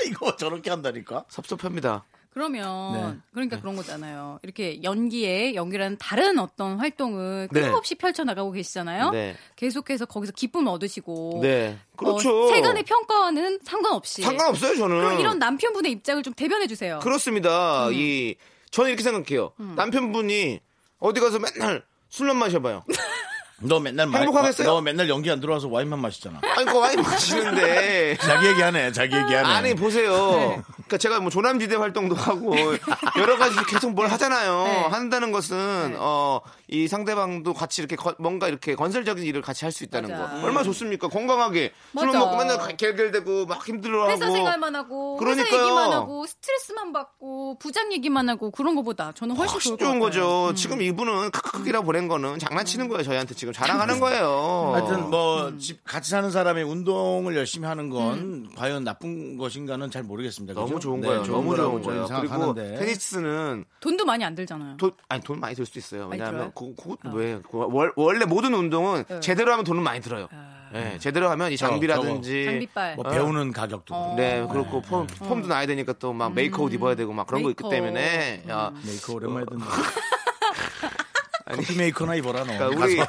A: 이거 저렇게 한다니까.
B: 섭섭합니다.
J: 그러면
A: 네.
J: 그러니까 그런 거잖아요. 이렇게 연기에 연기라는 다른 어떤 활동을
B: 네.
J: 끊임없이 펼쳐나가고 계시잖아요.
B: 네.
J: 계속해서 거기서 기쁨 얻으시고
B: 네,
J: 어,
B: 그렇죠.
J: 세간의 평가와는 상관없이
B: 상관없어요 음. 저는.
J: 그럼 이런 남편분의 입장을 좀 대변해 주세요.
B: 그렇습니다. 이 저는 이렇게 생각해요. 남편분이 어디 가서 맨날 술만 마셔봐요.
A: 너 맨날 말-
B: 행복하겠어요?
A: 너 맨날 연기 안 들어와서 와인만 마시잖아.
B: 아니 그 와인 마시는데.
A: 자기 얘기하네. 자기 얘기하네.
B: 아니 뭐. 보세요. 그러니까 제가 뭐 조남지대 활동도 하고 여러 가지 계속 뭘 하잖아요.
J: 네.
B: 한다는 것은
J: 네.
B: 어 이 상대방도 같이 이렇게 거- 뭔가 이렇게 건설적인 일을 같이 할 수 있다는
J: 맞아.
B: 거 얼마나 좋습니까? 건강하게 술만
J: 맞아.
B: 먹고 맨날 결결대고 막 힘들어하고
J: 회사 생활만 하고
B: 뭐
J: 회사
B: 그러니까요.
J: 얘기만 하고 스트레스만 받고 부장 얘기만 하고 그런 거보다 저는 훨씬
B: 훨씬
J: 좋을 것
B: 좋은
J: 같아요.
B: 거죠. 지금 이분은 크크크이라 보낸 거는 장난치는 거예요. 저희한테 지금 지금 자랑하는 거예요.
A: 하여튼 뭐 집 같이 사는 사람이 운동을 열심히 하는 건 과연 나쁜 것인가는 잘 모르겠습니다.
B: 너무
A: 그죠?
B: 좋은
A: 네,
B: 거예요. 너무
A: 거라고
B: 좋은 거예요.
A: 저는
B: 그리고
A: 생각하는데.
B: 테니스는
J: 돈도 많이 안 들잖아요.
B: 돈 아니 돈 많이 들 수도 있어요.
J: 많이
B: 왜냐하면
J: 들어요? 어.
B: 그, 그것도 왜 그거 월- 원래 모든 운동은 제대로 하면 돈은 많이 들어요. 예, 제대로 하면 이
A: 저거,
B: 장비라든지
J: 아. 장비빨.
B: 어.
J: 어.
A: 뭐 배우는 가격도 그렇고.
B: 네, 그렇고 폼, 폼도 나야 되니까 또 막 메이크업 입어야 되고 막 그런 거
J: 음. 메이크업.
B: 있기
J: 음.
B: 때문에 어, 야,
A: 메이커 오랜만에 <laughs> 듣네. 커피 메이커나 입어라 너.
B: 그러니까 우리
A: <laughs>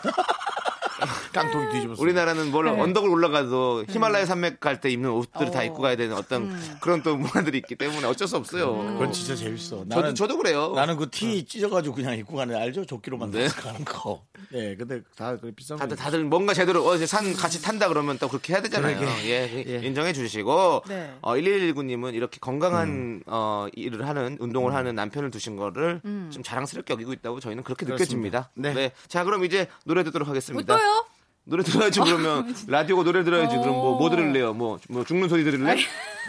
A: 깡통이 뒤집었어.
B: 우리나라는
J: 네.
B: 뭘 언덕을 올라가도
J: 음.
B: 히말라야 산맥 갈 때 입는 옷들을 다 입고 가야 되는 어떤 그런 또 문화들이 있기 때문에 어쩔 수 없어요.
J: 음.
A: 그건 진짜 재밌어.
B: 저도
A: 나는
B: 저도 그래요.
A: 나는 그 티 찢어가지고 그냥 입고 가는 애 알죠? 조끼로 만들어서 가는 거. 네, 근데 다 그래 비싼 거.
B: 다들 다들 뭔가 제대로 어, 이제 산 같이 탄다 그러면 또 그렇게 해야 되잖아요. 예, 인정해 주시고
J: 네.
B: 어, 1119님은 이렇게 건강한 어, 일을 하는 운동을 하는 남편을 두신 거를
J: 음.
B: 좀 자랑스럽게 여기고 있다고 저희는 그렇게
A: 그렇습니다.
B: 느껴집니다.
A: 네.
B: 자 그럼 이제 노래 듣도록
J: 뭐
B: 하겠습니다.
J: 또요? 아,
B: 노래 들어야지
J: <laughs>
B: 그러면 라디오고 노래 들어야지 그럼 뭐, 뭐
J: 어.
B: 들을래요? 뭐, 뭐 죽는 소리 들을래?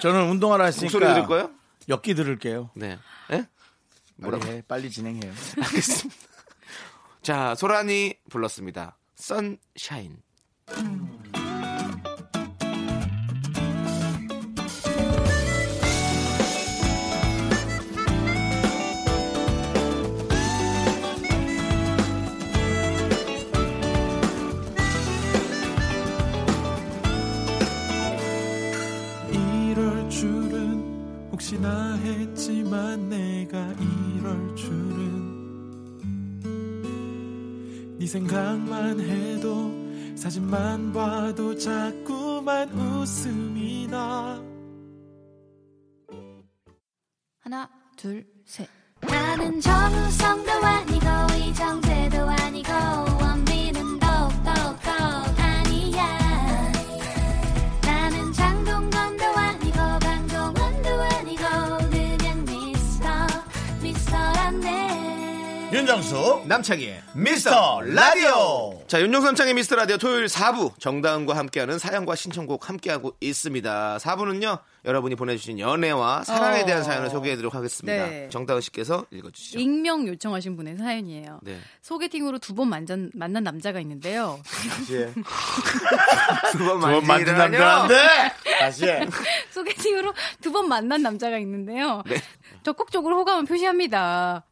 A: 저는 운동하라 했으니까.
B: 목소리 들을 거예요?
A: 엮기 들을게요.
B: 그러니까. 네. 예?
A: 빨리
B: 뭐라고?
A: 해, 빨리
B: <laughs>
A: 진행해요.
B: 알겠습니다. 자 소란이 불렀습니다. 선샤인.
I: 이럴 줄은 혹시나 했지만 내가 이럴 줄은 네 생각만 해도 사진만 봐도 자꾸만 웃음이 나
J: 하나, 둘, 셋.
E: 나는 정우성도 아니고 이정재도 아니고 원빈은 더욱더 아니야 나는 장동건도 아니고 강동원도 아니고 그냥 미스터 미스터란데
A: 윤정수
B: 남창희의
A: 미스터 라디오.
B: 자, 윤종삼창의 미스터 라디오 토요일 4부 정다은과 함께하는 사연과 신청곡 함께하고 있습니다. 4부는요, 여러분이 보내주신 연애와 사랑에
J: 어.
B: 대한 사연을 소개해드리도록 하겠습니다.
J: 네.
B: 정다은 씨께서 읽어주시죠.
J: 익명 요청하신 분의 사연이에요.
B: 네.
J: 소개팅으로 두 번 만난, 만난 남자가 있는데요.
B: <laughs> 두번
A: 그건 예. 만든 남자한테 다시 해.
J: 소개팅으로 두 번 만난 남자가 있는데요.
B: 네.
J: 적극적으로 호감을 표시합니다.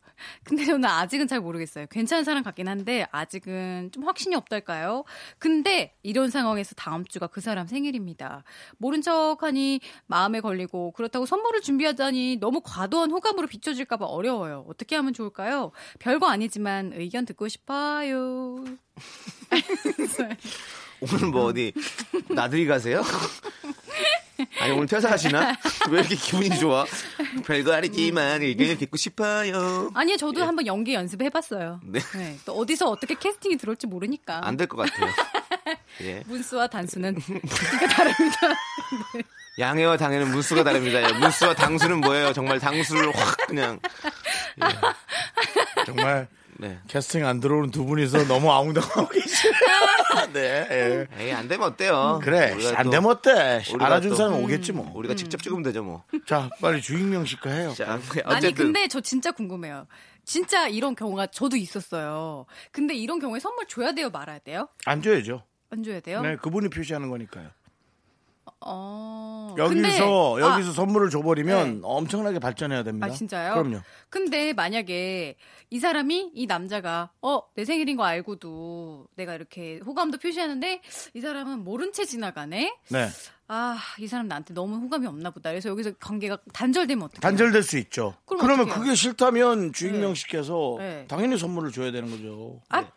J: 근데 저는 아직은 잘 모르겠어요. 괜찮은 사람 같긴 한데 아직은 좀 확신이 없달까요? 근데 이런 상황에서 다음 주가 그 사람 생일입니다. 모른 척하니 마음에 걸리고 그렇다고 선물을 준비하자니 너무 과도한 호감으로 비춰질까봐 어려워요. 어떻게 하면 좋을까요? 별거 아니지만 의견 듣고 싶어요.
B: 오늘 뭐 어디 나들이 가세요? 아니 오늘 퇴사하시나? 왜 이렇게 기분이 좋아? 별거 아니지만 의견을 듣고 싶어요.
J: 아니요, 저도 한번 연기 연습해봤어요.
B: 예. 네.
J: 네, 또 어디서 어떻게 캐스팅이 들어올지 모르니까.
B: 안 될 것 같아요. 예.
J: 문수와 단수는 그러니까 다릅니다.
B: 양해와 당해는 문수가 다릅니다. 예, 문수와 당수는 뭐예요? 정말 당수를 확 그냥
A: 정말
B: 네.
A: 캐스팅 안 들어오는 두 분이서 너무 아웅다웅하고
B: <laughs>
A: 계시네. 네. 예.
B: 에이 안 되면 어때요?
A: 음. 그래.
B: 우리가
A: 안
B: 또-
A: 되면 어때?
B: 우리가
A: 알아준
B: 또-
A: 사람 은 오겠지 뭐.
B: 우리가 직접 찍으면 되죠
J: <laughs>
B: 뭐.
A: 자, 빨리 주익명 씨가 해요.
B: 자, 어쨌든
J: 음. 아니 근데 저 진짜 궁금해요. 진짜 이런 경우가 저도 있었어요. 근데 이런 경우에 선물 줘야 돼요, 말아야 돼요?
A: 안 줘야죠.
J: 안 줘야 돼요?
A: 네, 그분이 표시하는 거니까요.
J: 어.
A: 여기서
J: 근데- 아.
A: 여기서 선물을 줘버리면
J: 네.
A: 엄청나게 발전해야 됩니다.
J: 아, 아, 진짜요?
A: 그럼요.
J: 근데 만약에 이 사람이 이 남자가 어 내 생일인 거 알고도 내가 이렇게 호감도 표시하는데 이 사람은 모른 채 지나가네.
A: 네,
J: 아 이 사람 나한테 너무 호감이 없나 보다. 그래서 여기서 관계가 단절되면 어떡해요?
A: 단절될 수 있죠.
J: 그럼
A: 그러면
J: 어떡해요?
A: 그게 싫다면 주익명 씨께서
J: 네.
A: 당연히 선물을 줘야 되는 거죠.
J: 아, <laughs>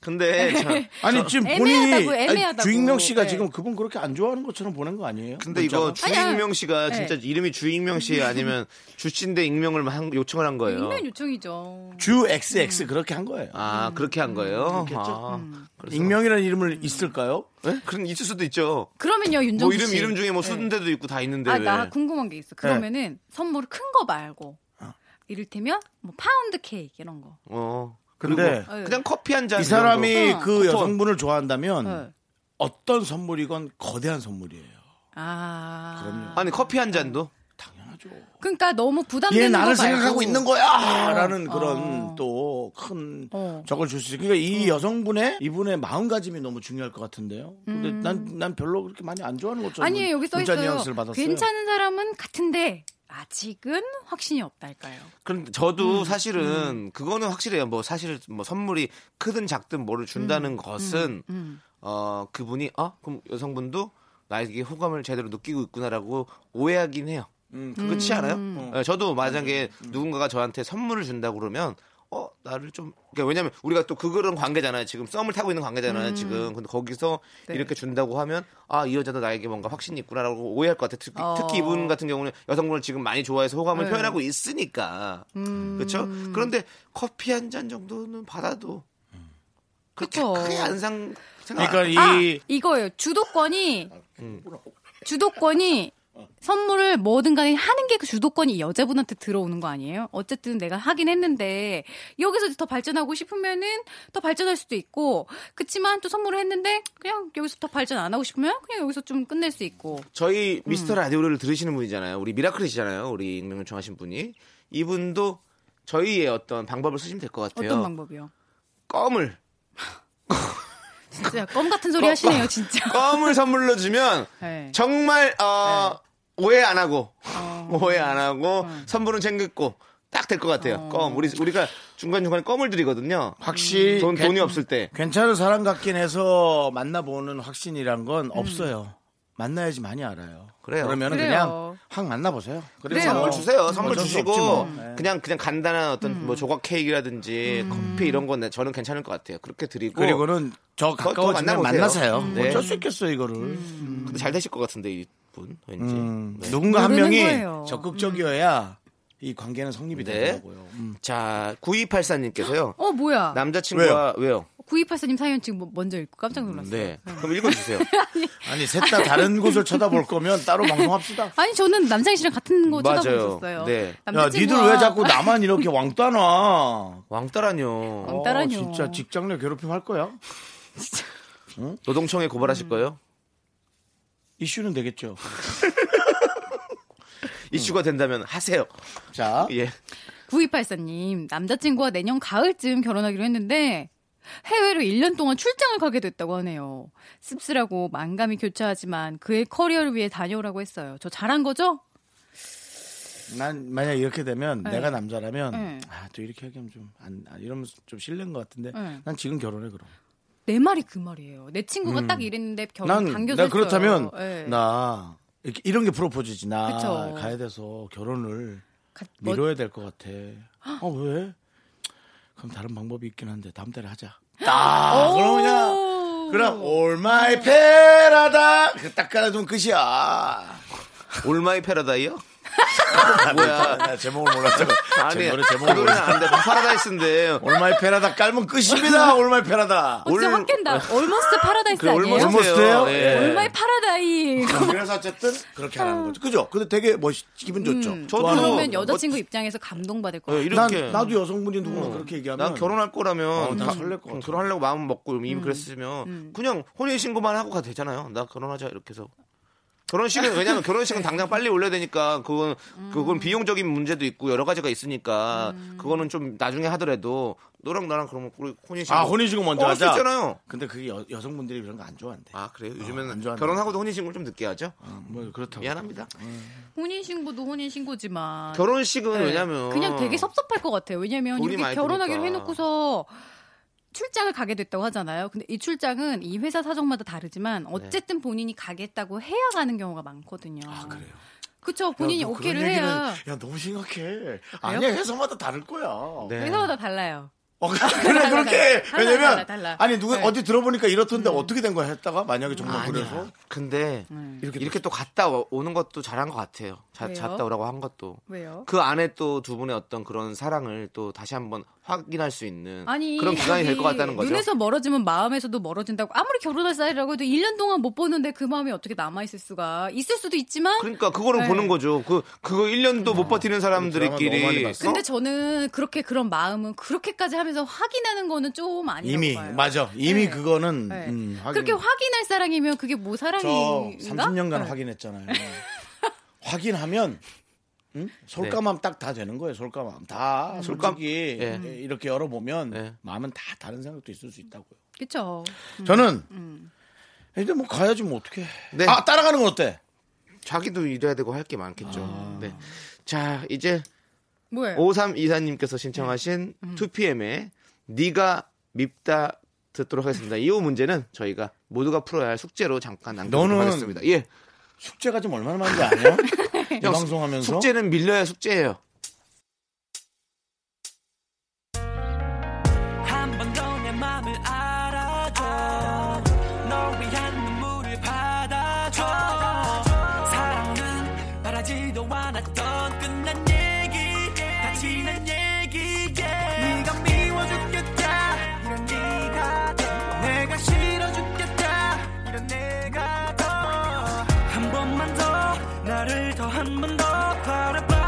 B: 근데 참,
A: 아니 지금
J: 애매하다고,
A: 본인이 아니,
J: 애매하다고.
A: 주익명 씨가
J: 네.
A: 지금 그분 그렇게 안 좋아하는 것처럼 보낸 거 아니에요?
B: 근데 이거
A: 문자가?
J: 아니, 아니.
B: 주익명 씨가 진짜
J: 네.
B: 이름이 주익명 씨 아니면 주씨인데 익명을 한- 요청을 한 거예요.
J: 익명 요청이죠.
A: 주 XX 그렇게 한 거예요.
B: 아 그렇게
J: 음.
B: 한 거예요. 아, 그래서-
A: 익명이라는 이름을 있을까요?
B: 예? 그런 있을 수도 있죠.
J: 그러면요, 윤정수
B: 뭐 이름
J: 씨. 네.
B: 이름 중에 뭐 수준대도 있고 다 있는데
J: 아,
B: 왜?
J: 나 궁금한 게 있어. 그러면은 선물 큰 거 말고. 이를테면 뭐 파운드 케이크 이런 거.
B: 어.
A: 근데
B: 그리고 그냥 커피 한 잔.
A: 이 사람이
J: 정도.
A: 그
B: 어.
A: 여성분을 좋아한다면
J: 네.
A: 어떤 선물이건 거대한 선물이에요.
J: 아.
B: 아니 커피 한 잔도
A: 하죠.
J: 그러니까 너무 부담되는
A: 얘 나를
J: 거 말고.
A: 생각하고 있는 거야!
J: 어,
A: 라는
J: 어.
A: 그런 또 큰
J: 어.
A: 적을 줄 수 있어요. 그러니까 이 여성분의 이분의 마음가짐이 너무 중요할 것 같은데요. 근데 난, 난 별로 그렇게 많이 안 좋아하는 것처럼.
J: 음. 아니에요 여기 써
A: 문자
J: 있어요.
A: 뉘앙스를 받았어요.
J: 괜찮은 사람은 같은데 아직은 확신이 없달까요.
B: 그런데 저도 사실은 그거는 확실해요. 뭐 사실 뭐 선물이 크든 작든 뭐를 준다는 것은
J: 음.
B: 어 그분이 어 그럼 여성분도 나에게 호감을 제대로 느끼고 있구나라고 오해하긴 해요.
J: 음,
B: 그렇지 않아요?
J: 어.
B: 예, 저도 만약에 누군가가 저한테 선물을 준다 고 그러면 어 나를 좀 그러니까 왜냐면 우리가 또 그런 관계잖아요. 지금 썸을 타고 있는 관계잖아요. 지금 근데 거기서
J: 음. 네.
B: 이렇게 준다고 하면 아 이 여자도 나에게 뭔가 확신이 있구나라고 오해할 것 같아요. 특히,
J: 어.
B: 특히 이분 같은 경우는 여성분을 지금 많이 좋아해서 호감을
J: 네. 음.
B: 표현하고 있으니까 그렇죠. 그런데 커피 한 잔 정도는 받아도 그렇게
J: 음. 그쵸.
B: 크게 안상 생각.
A: 그러니까
J: 아
A: 이
J: 이거예요 주도권이 주도권이 선물을 뭐든 간에 하는 게그 주도권이 이 여자분한테 들어오는 거 아니에요? 어쨌든 내가 하긴 했는데 여기서 더 발전하고 싶으면은 더 발전할 수도 있고 그치만 또 선물을 했는데 그냥 여기서 더 발전 안 하고 싶으면 그냥 여기서 좀 끝낼 수 있고
B: 저희 미스터 라디오를 들으시는 분이잖아요. 우리 미라클이시잖아요. 우리 익명 요청하신 분이 이분도 저희의 어떤 방법을 쓰시면 될 것 같아요.
J: 어떤 방법이요?
B: 껌을
J: 진짜 껌 같은 소리 하시네요 진짜.
B: 껌을 선물로 주면
J: 네.
B: 정말 어,
A: 네.
B: 오해 안 하고
A: 어.
B: <laughs> 오해 안 하고 선물은 챙겼고 딱 될 것 같아요.
A: 어.
B: 껌 우리 우리가 중간 중간에 껌을 드리거든요.
A: 확실히
B: 돈 돈이
A: 괜-
B: 없을 때
A: 괜찮은 사람 같긴 해서 만나보는 확신이란 건 없어요. 만나야지 많이 알아요.
B: 그래요.
A: 그러면 은
J: 음. 그래요.
A: 그냥 확 만나보세요. 그래요.
B: 선물 주세요. 선물
A: 어쩔 수
B: 주시고
A: 없지 뭐. 음. 네.
B: 그냥 그냥 간단한 어떤 뭐 조각 케이크라든지
A: 음.
B: 커피 이런 건 내- 저는 괜찮을 것 같아요. 그렇게 드리고
A: 그리고는 저
B: 더- 더
A: 가까워지면
B: 만나보세요.
A: 만나세요.
B: 네.
A: 어쩔 수 있겠어요 이거를.
J: 음.
B: 근데 잘 되실 것 같은데 이분 왠지.
A: 음,
B: 네.
A: 누군가 한
J: 모르는
A: 명이
J: 거예요.
A: 적극적이어야 이 관계는 성립이
B: 네.
A: 되더라고요. 음.
B: 자 9284님께서요.
J: 어 뭐야?
B: 남자친구와 왜요?
J: 구이팔사님 사연 지금 뭐- 먼저 읽고 깜짝 놀랐어요.
B: 네. 그럼
J: <laughs>
B: 읽어주세요.
A: 아니 셋 다 다른 곳을 쳐다볼 거면 따로 방송합시다.
J: 아니 저는 남창희 씨랑 같은 거
B: 맞아요.
J: 쳐다보셨어요.
B: 네.
A: 야, 니들 왜 자꾸 나만 이렇게 왕따
J: <laughs>
A: 놔?
B: 왕따라뇨.
J: 왕따라뇨.
A: 어, 진짜 직장 내 괴롭힘 할 거야?
B: 노동청에 고발하실
J: 음.
B: 거예요?
A: 이슈는 되겠죠. 음.
B: 이슈가 된다면 하세요.
A: 자,
B: 예.
J: 9284님, 남자친구와 내년 가을쯤 결혼하기로 했는데, 해외로 1년 동안 출장을 가게 됐다고 하네요. 씁쓸하고 만감이 교차하지만 그의 커리어를 위해 다녀오라고 했어요. 저 잘한 거죠?
A: 난 만약 이렇게 되면
J: 네.
A: 내가 남자라면
J: 네.
A: 아, 또 이렇게 하기면 좀 안, 아, 이러면 좀 실례인 것 같은데
J: 네.
A: 난 지금 결혼해 그럼.
J: 내 말이 그 말이에요. 내 친구가 딱 이랬는데 결혼
A: 음. 난,
J: 당겨졌어요.
A: 나 그렇다면
J: 예.
A: 나 이렇게, 이런 게 프로포즈지 나
J: 그쵸.
A: 가야 돼서 결혼을
J: 가- 뭐-
A: 미뤄야 될 것 같아. 어 왜? 그럼 다른 방법이 있긴 한데 다음 달에 하자.
J: 어,
A: 딱 그러면 그럼 올마이 페라다 그 딱 가라 좀 끝이야. <laughs>
B: 올마이 패러다이요?
A: 뭐야 제목을 몰랐죠.
B: <laughs> 아니,
A: 제 노래
B: 그
A: 제목을
B: 노래는
A: 몰랐어.
B: 안 돼. 파라다이스인데.
A: 올마이 페라다 깔면
B: <laughs>
A: 끝입니다. 올마이 페라다.
J: 어, 진짜
B: 올-
A: <laughs>
J: 확 깬다. 올머스트 파라다이스
B: 그
J: 아니에요?
A: almost- 네.
B: 올머스트예요.
A: Almost예요?
B: 예.
J: 얼마의 파라다이.
A: 그래서 어쨌든 그렇게 하는 거죠. 그죠? 근데 되게 멋있, 기분 좋죠.
B: 음, 저도
J: 그러면 여자친구 입장에서 감동받을
B: 어,
J: 거예요.
B: 이렇게. 어.
A: 난, 나도 여성분이 누군가 그렇게 얘기하면
B: 난 결혼할 거라면
A: 어, 나
B: 가-
A: 설렐 것 같아.
B: 결혼하려고 마음 먹고 이미 그랬으면
J: 음.
B: 그냥 혼인 신고만 하고 가도 되잖아요. 나 결혼하자 이렇게 해서 결혼식은 왜냐면 결혼식은 당장 빨리 올려야 되니까 그건
J: 음.
B: 그건 비용적인 문제도 있고 여러 가지가 있으니까 그거는 좀 나중에 하더라도 너랑 나랑 그러면 우리 혼인 신고
A: 아 혼인신고 먼저
B: 어, 할수
A: 하자.
B: 있잖아요.
A: 근데 그게 여, 여성분들이 그런 거 안 좋아한대.
B: 아 그래요?
A: 어, 안
B: 요즘에는
A: 좋아한다.
B: 결혼하고도 혼인 신고를 좀 늦게 하죠.
A: 뭐 그렇다고.
B: 미안합니다.
J: 혼인신고도 혼인신고지만.
B: 결혼식은
J: 네.
B: 왜냐면
J: 그냥 되게 섭섭할 것 같아요. 왜냐면
B: 돈이
J: 이렇게
B: 많이
J: 결혼하기로
B: 드니까.
J: 해놓고서 출장을 가게 됐다고 하잖아요. 근데 이 출장은 이 회사 사정마다 다르지만
B: 네.
J: 어쨌든 본인이 가겠다고 해야 가는 경우가 많거든요. 아 그래요. 그쵸 본인이
B: 뭐
A: 야, 너
J: 오케이를
A: 그런 얘기는-
J: 해야
A: 야 너무 심각해. 아니야 회사마다 다를 거야.
B: 네.
J: 회사마다 <laughs> 달라요.
A: 어, 그래 그렇게
J: 달라,
A: 왜냐면
J: 달라, 달라.
A: 아니 누가
J: 네. 음.
A: 어디 들어보니까 이렇던데 어떻게 된 거야 했다가 만약에 정말 뭐
B: 아니야.
A: 그래서
B: 근데 이렇게, 이렇게 또 갔다 와- 오는 것도 잘한 것 같아요. 자,
J: 왜요?
B: 갔다 오라고 한 것도.
J: 왜요?
B: 그 안에 또 두 분의 어떤 그런 사랑을 또 다시 한번 확인할 수 있는
J: 아니
B: 그런 기간이 될 것
J: 저기
B: 같다는 거죠.
J: 눈에서 멀어지면 마음에서도 멀어진다고 아무리 결혼할 사이라고 해도 1년 동안 못 보는데 그 마음이 어떻게 남아 있을 수가 있을 수도 있지만
B: 그러니까 그거를
J: 네.
B: 보는 거죠. 그 그거 1년도 못 버티는
A: 아, 드라마 너무 많이
B: 사람들끼리.
A: 봤어.
J: 근데 저는 그렇게 그런 마음은 그렇게까지 하면서 확인하는 거는 좀 아니라고
A: 이미
J: 봐요.
A: 맞아 이미
J: 네.
A: 그거는
J: 네.
A: 음, 확인.
J: 그렇게 확인할 사랑이면 그게 뭐
A: 저
J: 사랑인가? 네. <laughs>
A: 30년간 확인했잖아요. 확인하면 음? 솔까맘 딱 다 되는 거예요. 솔까맘 다
B: 네. 음. 솔감-
A: 솔직히
B: 예.
A: 이렇게 열어보면
B: 예.
A: 마음은 다 다른 생각도 있을 수 있다고요.
J: 그쵸.
A: 저는
J: 음.
A: 근데 뭐 가야지 뭐 어떻게?
B: 네.
A: 아 따라가는 건 어때?
B: 자기도 일해야 되고 할 게 많겠죠.
A: 아.
B: 네. 자, 이제
J: 뭐예요?
B: 5324님께서 신청하신
J: 음.
B: 2PM의 네가 밉다 듣도록 하겠습니다. 이 문제는 저희가 모두가 풀어야 할 숙제로 잠깐 남겨놓도록
A: 너는
B: 하겠습니다. 예.
A: 숙제가 좀 얼마나 많은지
B: <laughs>
A: 아냐? 이
B: 형,
A: 방송하면서
B: 숙제는 밀려야 숙제예요.
C: 한 번 더 내 맘을 알아줘 널 위한 눈물을 받아줘 사랑은 바라지도 않았던 끝난 얘기 다 지난 얘기 yeah. 네가 미워 죽겠다 이런 네가 더 내가 싫어 죽겠다 이런 내가 더 한 번만 더 나를 더 한 번 더 바라봐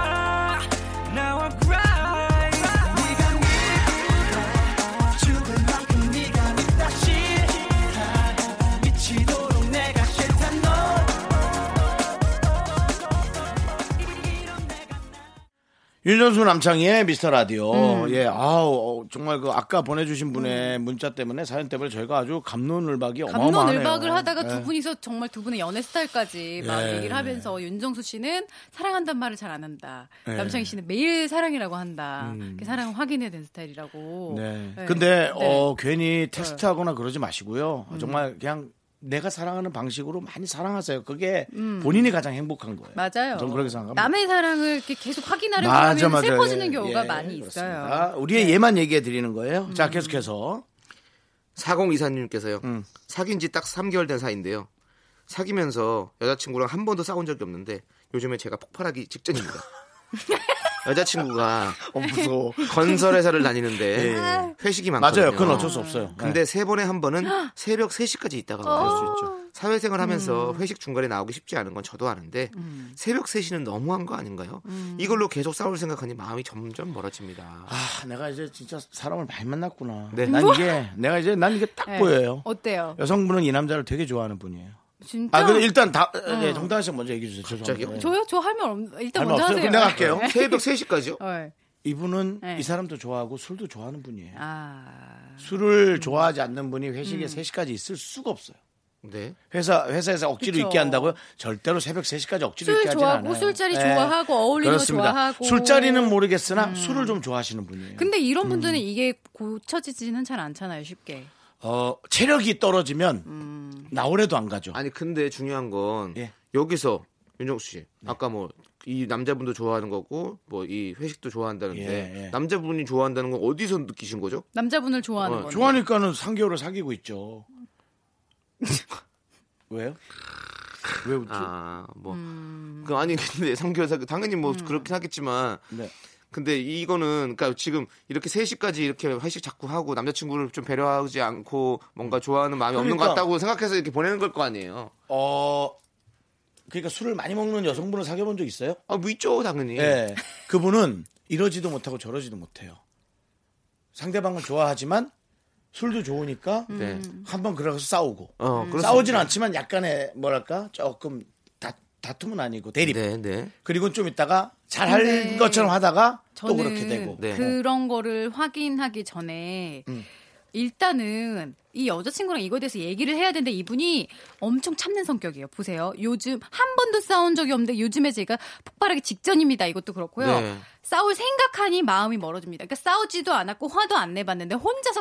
C: Now I'm crying 네가 미워 죽을 만큼 네가 믿다 싫다 미치도록 내가 싫다 너
A: 윤정수 남창희의 미스터 라디오.
B: 음.
A: 예, 아우, 어, 정말 그 아까 보내주신 분의 문자 때문에 사연 때문에 저희가 아주 감론을박이 어마어마하네요.
J: 감론을박을 하다가
A: 예.
J: 두 분이서 정말 두 분의 연애 스타일까지 막
A: 예.
J: 얘기를 하면서 윤정수 씨는 사랑한단 말을 잘 안 한다.
A: 예. 음.
J: 남창희 씨는 매일 사랑이라고 한다. 그 사랑을 확인해야 되는 스타일이라고.
A: 네.
J: 네.
A: 근데
J: 네. 음.
A: 어 괜히 텍스트하거나 그러지 마시고요. 정말 그냥 내가 사랑하는 방식으로 많이 사랑하세요. 그게 본인이 가장 행복한 거예요.
J: 음. 맞아요.
A: 저는 그렇게 생각합니다.
J: 남의 사랑을 이렇게 계속 확인하려고
A: 맞아,
J: 하면
A: 맞아.
J: 슬퍼지는
A: 예,
J: 경우가
A: 예,
J: 많이
A: 그렇습니다.
J: 있어요. 네.
A: 우리의 예만 얘기해 드리는 거예요. 자, 계속해서
B: 4024님께서요.
A: 음.
B: 사귄 지 딱 3개월 된 사이인데요. 사귀면서 여자친구랑 한 번도 싸운 적이 없는데 요즘에 제가 폭발하기
A: <laughs>
B: 직전입니다. 여자친구가
A: 어, 무서워.
B: 건설회사를 다니는데
A: 예.
B: 회식이 많거든요.
A: 맞아요. 그건 어쩔 수 없어요. 네.
B: 근데 세 번에 한 번은 새벽 3시까지 있다가
A: 어.
B: 와요.
A: 음.
B: 사회생활 하면서 회식 중간에 나오기 쉽지 않은 건 저도 아는데 새벽 3시는 너무한 거 아닌가요? 이걸로 계속 싸울 생각하니 마음이 점점 멀어집니다.
A: 음. 아, 내가 이제 진짜 사람을 많이 만났구나.
B: 네.
A: 난 이게 내가 이제 난 이게 딱
J: 네.
A: 보여요.
J: 어때요?
A: 여성분은 이 남자를 되게 좋아하는 분이에요.
J: 진짜?
A: 아, 근데 일단 다 네, 정다은 씨 먼저 얘기해 주세요.
B: 갑자기요?
A: 죄송합니다.
J: 어. 저요? 저 할 말 없, 일단
A: 할말 없어요?
J: 먼저 하세요.
A: 그럼 내가 할게요.
J: 네.
B: 새벽 3시까지요?
J: 네.
A: 이분은
J: 네.
A: 이 사람도 좋아하고 술도 좋아하는 분이에요.
J: 아. 음.
A: 술을 좋아하지 않는 분이 회식에 3시까지 있을 수가 없어요.
B: 네.
A: 회사 회사에서 억지로
J: 그쵸.
A: 있게 한다고요? 절대로 새벽 3시까지 억지로
J: 술
A: 있게 하진
J: 좋아하고
A: 않아요.
J: 술자리
A: 네.
J: 좋아하고 어울리는
A: 그렇습니다.
J: 거 좋아하고 음.
A: 술자리는 음. 모르겠으나 술을 좀 좋아하시는 분이에요.
J: 근데 이런 분들은 이게 고쳐지지는 잘 않잖아요, 쉽게.
A: 어, 체력이 떨어지면
J: 음.
A: 나오래도 안 가죠.
B: 아니 근데 중요한 건
A: 예. 네.
B: 여기서 윤정수 씨 아까 뭐 이 남자분도 좋아하는 거고 뭐 이 회식도 좋아한다는데
A: 예, 예.
B: 남자분이 좋아한다는 건 어디서 느끼신 거죠?
J: 남자분을 좋아하는
B: 어,
J: 건.
A: 좋아하니까는 3개월을 사귀고
J: <laughs>
A: 있죠. 왜요? 왜 웃죠?
B: 아뭐 그 아니 근데 <laughs> 3개월 사 당연히 뭐 그렇긴 하겠지만
A: 네.
B: 근데 이거는 그러니까 지금 이렇게 3시까지 이렇게 회식 자꾸 하고 남자친구를 좀 배려하지 않고 뭔가 좋아하는 마음이 없는 것
A: 그러니까.
B: 같다고 생각해서 이렇게 보내는 걸 거 아니에요.
A: 어 그러니까 술을 많이 먹는 여성분을 사귀어 본 적 있어요?
B: 아, 뭐 있죠, 당연히.
A: 예. 그분은 이러지도 못하고 저러지도 못해요. 상대방을 좋아하지만 술도 좋으니까
J: 음.
B: 네.
A: 한번 그래서 싸우고
B: 어, 그렇습니다.
A: 음. 싸우진 않지만 약간의 뭐랄까 조금 다, 다툼은 아니고 대립.
B: 네, 네.
A: 그리고 좀 있다가 잘 할
J: 근데
A: 것처럼 하다가
J: 저는
A: 또 그렇게 되고. 음.
B: 네.
J: 그런 거를 확인하기 전에 일단은 이 여자친구랑 이거에 대해서 얘기를 해야 되는데 이분이 엄청 참는 성격이에요. 보세요. 요즘 한 번도 싸운 적이 없는데 요즘에 제가 폭발하기 직전입니다. 이것도 그렇고요.
B: 네.
J: 싸울 생각하니 마음이 멀어집니다. 그러니까 싸우지도 않았고 화도 안 내봤는데 혼자서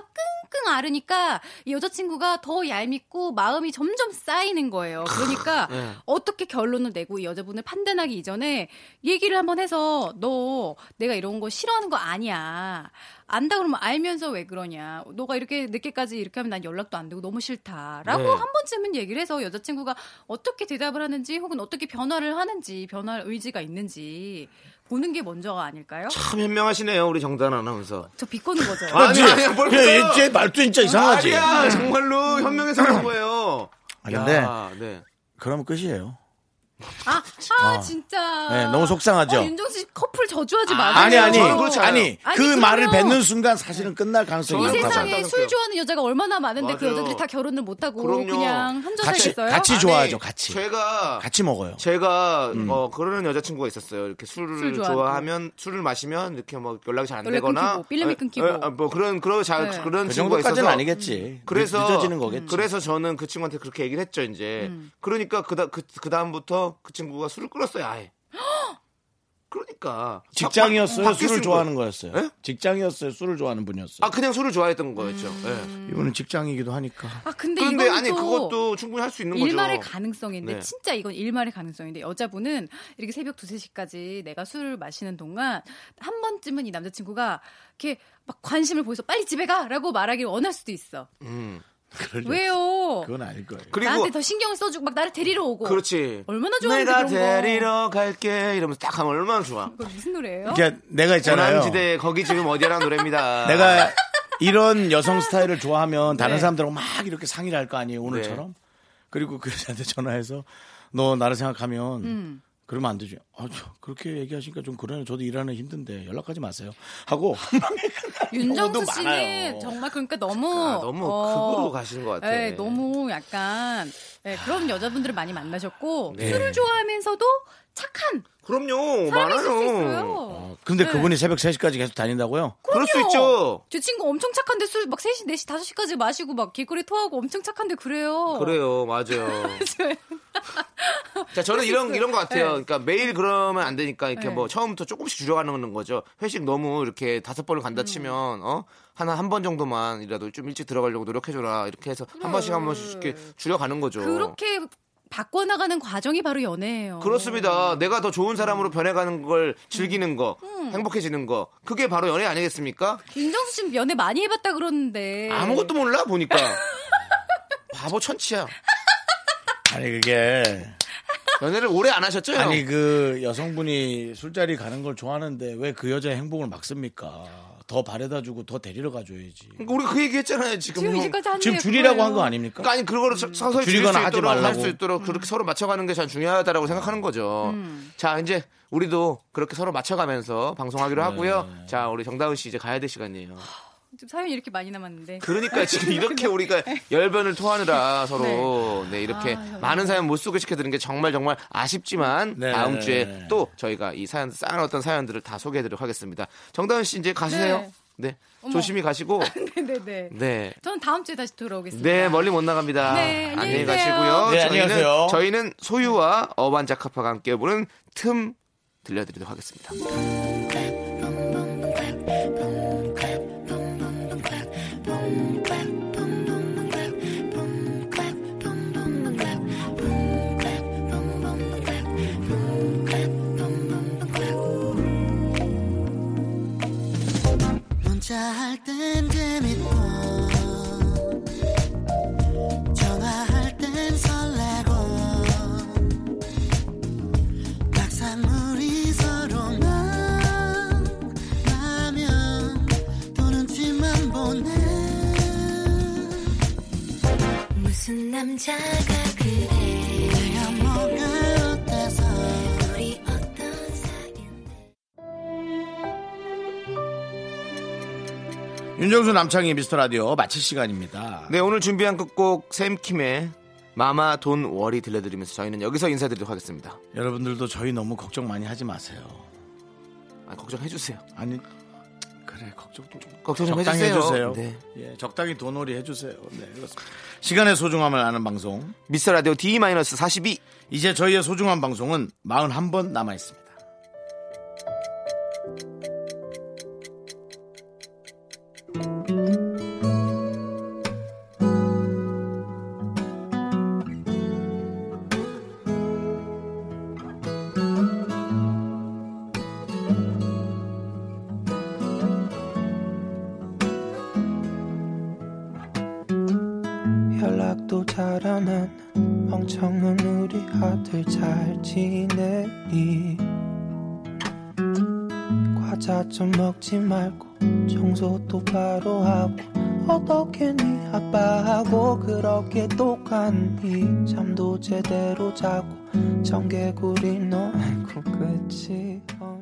J: 끙끙 앓으니까 이 여자친구가 더 얄밉고 마음이 점점 쌓이는 거예요. 그러니까
B: 네.
J: 어떻게 결론을 내고 이 여자분을 판단하기 이전에 얘기를 한번 해서 너 내가 이런 거 싫어하는 거 아니야. 안다 그러면 알면서 왜 그러냐. 너가 이렇게 늦게까지 이렇게 하면 난 연락도 안 되고 너무 싫다. 라고
B: 네.
J: 한 번쯤은 얘기를 해서 여자친구가 어떻게 대답을 하는지 혹은 어떻게 변화를 하는지 변할 의지가 있는지 보는 게 먼저가 아닐까요?
B: 참 현명하시네요, 우리 정단 아나운서.
J: 저 비꼬는 거죠.
B: 아니, 아니, 아니, 뭘
A: 얘,
B: 그래요?
A: 얘 예, 말도 진짜 이상하지. 네.
B: 아니야 정말로 현명해서 그런 거예요.
A: <clears throat> 아, 근데
B: 야, 네.
A: 그러면 끝이에요.
J: 아, 아, 진짜.
A: 네, 너무 속상하죠?
J: 어, 윤정 씨 커플 저주하지 마세요.
A: 아니 아니
B: 저는 뭐 그렇지 않아요.
A: 아니 그
J: 아니,
A: 말을
J: 그럼요.
A: 뱉는 순간 사실은 끝날 가능성이
J: 이
B: 저는
A: 높아서
J: 세상에 술 좋아하는 여자가 얼마나 많은데 그
B: 맞아요.
J: 여자들이 다 결혼을 못하고
B: 그럼요.
J: 그냥
A: 같이
J: 한전하겠어요?
A: 같이 좋아하죠 같이
B: 제가
A: 같이 음. 먹어요.
B: 제가 어 그러는 여자친구가 있었어요. 이렇게 술을
J: 술 좋아하고.
B: 좋아하면 술을 마시면 이렇게 뭐 연락이 잘 안
J: 연락
B: 되거나
J: 끊기고, 필름이
B: 어,
J: 끊기고.
B: 어, 어, 뭐 그런 그런 자,
J: 네.
B: 그런
A: 그
B: 친구가
A: 정도까지는
B: 있어서
A: 아니겠지.
B: 그래서
A: 늦어지는 거겠지.
B: 그래서 저는 그 친구한테 그렇게 얘기를 했죠 이제.
J: 음.
B: 그러니까 그다 그, 그 다음부터 그 친구가 술을 끊었어요
J: <gasps>
B: 아예. 그러니까
A: 직장이었어요.
B: 바- 바뀔
A: 술을
B: 수는
A: 좋아하는
B: 거예요.
A: 거였어요.
B: 예?
A: 직장이었어요. 술을 좋아하는 분이었어요.
B: 아 그냥 술을 좋아했던 거였죠.
J: 음.
B: 예.
A: 이분은 직장이기도 하니까.
J: 아, 근데,
B: 그런데
J: 이건
B: 아니
J: 또
B: 그것도 충분히 할 수 있는 거죠.
J: 일말의 가능성인데
B: 네.
J: 진짜 이건 일말의 가능성인데 여자분은 이렇게 새벽 2, 3시까지 내가 술을 마시는 동안 한 번쯤은 이 남자친구가 이렇게 막 관심을 보여서 빨리 집에 가라고 말하길 원할 수도 있어.
B: 음.
A: 그럴 리-
J: 왜요?
A: 그건 아닐 거예요.
B: 그리고
J: 나한테 더 신경을 써주고 막 나를 데리러 오고.
B: 그렇지.
J: 얼마나 좋아하는데
B: 내가
J: 그런 거.
B: 데리러 갈게 이러면서 딱 하면 얼마나 좋아.
J: 그거 무슨 노래예요?
A: 그러니까 내가 있잖아요.
B: 전남지대 거기 지금 어디라는 노래입니다.
A: <laughs> 내가 이런 여성 스타일을 좋아하면 다른 사람들하고 막 이렇게 상의를 할 거 아니에요 오늘처럼 그리고 그 여자한테 전화해서 너 나를 생각하면
J: 음.
B: <laughs>
A: 그러면 안 되지 아, 저 그렇게 얘기하시니까 좀 그러네 저도 일하는 힘든데 연락하지 마세요 하고 한 방에 끝나는
J: 윤정수
A: 경우도
J: 씨는
A: 많아요.
J: 정말 그러니까 너무
B: 아, 너무 그걸로 가시는 것 같아.
J: 네, 어. 너무 약간 네, 그런 여자분들을 많이 만나셨고
B: 네. 뭐
J: 술을 좋아하면서도 착한
B: 그럼요.
J: 사람이실 수
B: 많아요.
J: 있어요.
A: 근데
J: 네.
A: 그분이 새벽 3시까지 계속 다닌다고요?
B: 그럴 수 있죠.
J: 제 친구 엄청 착한데 술 막 3시, 4시, 5시까지 마시고 막 길거리 토하고 엄청 착한데 그래요.
B: 그래요, 어. 맞아요. 자, 저는 이런 이런 것 같아요.
J: 네.
B: 그러니까 매일 그러면 안 되니까 이렇게
J: 네.
B: 뭐 처음부터 조금씩 줄여가는 거죠. 회식 너무 이렇게 다섯 번을 간다
J: 음.
B: 치면 어 하나 한 번 정도만이라도 좀 일찍 들어가려고 노력해줘라 이렇게 해서 한 번씩 한 번씩 이렇게 줄여가는 거죠.
J: 네. 그렇게 바꿔나가는 과정이 바로 연애예요.
B: 그렇습니다.
J: 음.
B: 내가 더 좋은 사람으로 변해가는 걸 즐기는 거, 행복해지는 거, 그게 바로 연애 아니겠습니까?
J: 윤정수 씨는 연애 많이 해봤다 그러는데
B: 아무것도 몰라 보니까 바보 천치야.
A: 아니 그게
B: 연애를 오래 안 하셨죠? 형?
A: 아니 그 여성분이 술자리 가는 걸 좋아하는데 왜 그 여자의 행복을 막습니까? 더 바래다 주고 더 데리러 가줘야지
B: 그러니까 우리 그 얘기했잖아요. 지금
J: 지금
B: 형.
J: 이제까지 한
A: 지금
J: 일이에요,
A: 줄이라고 한 거
J: 그거예요.
A: 아닙니까? 음.
B: 그러니까 아니 그거를 서- 서서히 줄일 수
A: 줄이거나 하지
B: 있도록 할
A: 말라고. 음.
B: 수 있도록 그렇게 서로 맞춰가는 게 참 중요하다라고 생각하는 거죠. 자 이제 우리도 그렇게 서로 맞춰가면서 방송하기로
A: 네.
B: 하고요. 자 우리 정다은 씨 이제 가야 될 시간이에요.
J: 지금 사연이 이렇게 많이 남았는데
A: <laughs>
B: 그러니까 지금 이렇게 우리가
A: 네.
B: 열변을 토하느라 서로 네, 이렇게
J: 아, 정말.
B: 많은 사연 못 소개시켜드리는 게 정말 정말 아쉽지만
A: 네.
B: 다음 주에 또 저희가 이 사연 쌓아놨던 사연들을 다 소개해드리도록 하겠습니다. 정다은 씨 이제 가시세요.
J: 네.
B: 네,
J: 어머.
A: <laughs>
B: 조심히 가시고
A: 그
J: <laughs> 네네네.
B: 네.
J: 저는 다음 주에 다시 돌아오겠습니다.
B: 네, 멀리 못 나갑니다.
J: 네, 안녕히 계세요.
B: 가시고요.
A: 네,
B: 저희는,
A: 안녕히 가세요.
B: 저희는 소유와 어반자카파가 함께 부른 틈 들려드리도록 하겠습니다.
H: 문자 할 땐 재밌고 전화할 땐 설레고 막상 우리 서로 만나면 또 눈치만 보네
F: 무슨 남자가 그래
H: 내가 뭐가 어때서
F: 우리 어떤 사이인데
A: 윤정수 남창희 미스터 라디오 마칠 시간입니다.
B: 네, 오늘 준비한 끝곡 샘킴의 마마 돈 월이 들려드리면서 저희는 여기서 인사드리도록 하겠습니다.
A: 여러분들도 저희 너무 걱정 많이 하지 마세요.
B: 아, 걱정해주세요.
A: 아니 그래 걱정 좀
B: 걱정 좀
A: 적당히
B: 해주세요.
A: 해주세요.
B: 네.
A: 예, 적당히 돈놀이 해주세요. 네, 그렇습니다. 시간의 소중함을 아는 방송.
B: 미스터 라디오 D-42
A: 이제 저희의 소중한 방송은 41번 남아 있습니다.
I: 연락도 잘 안 한 멍청한 우리 아들 잘 지내니 과자 좀 먹지 말고 청소 똑바로 하고
C: 어떻게 네 아빠하고 그렇게 똑같니 잠도 제대로 자고 청개구리 너 아이고 그치 어.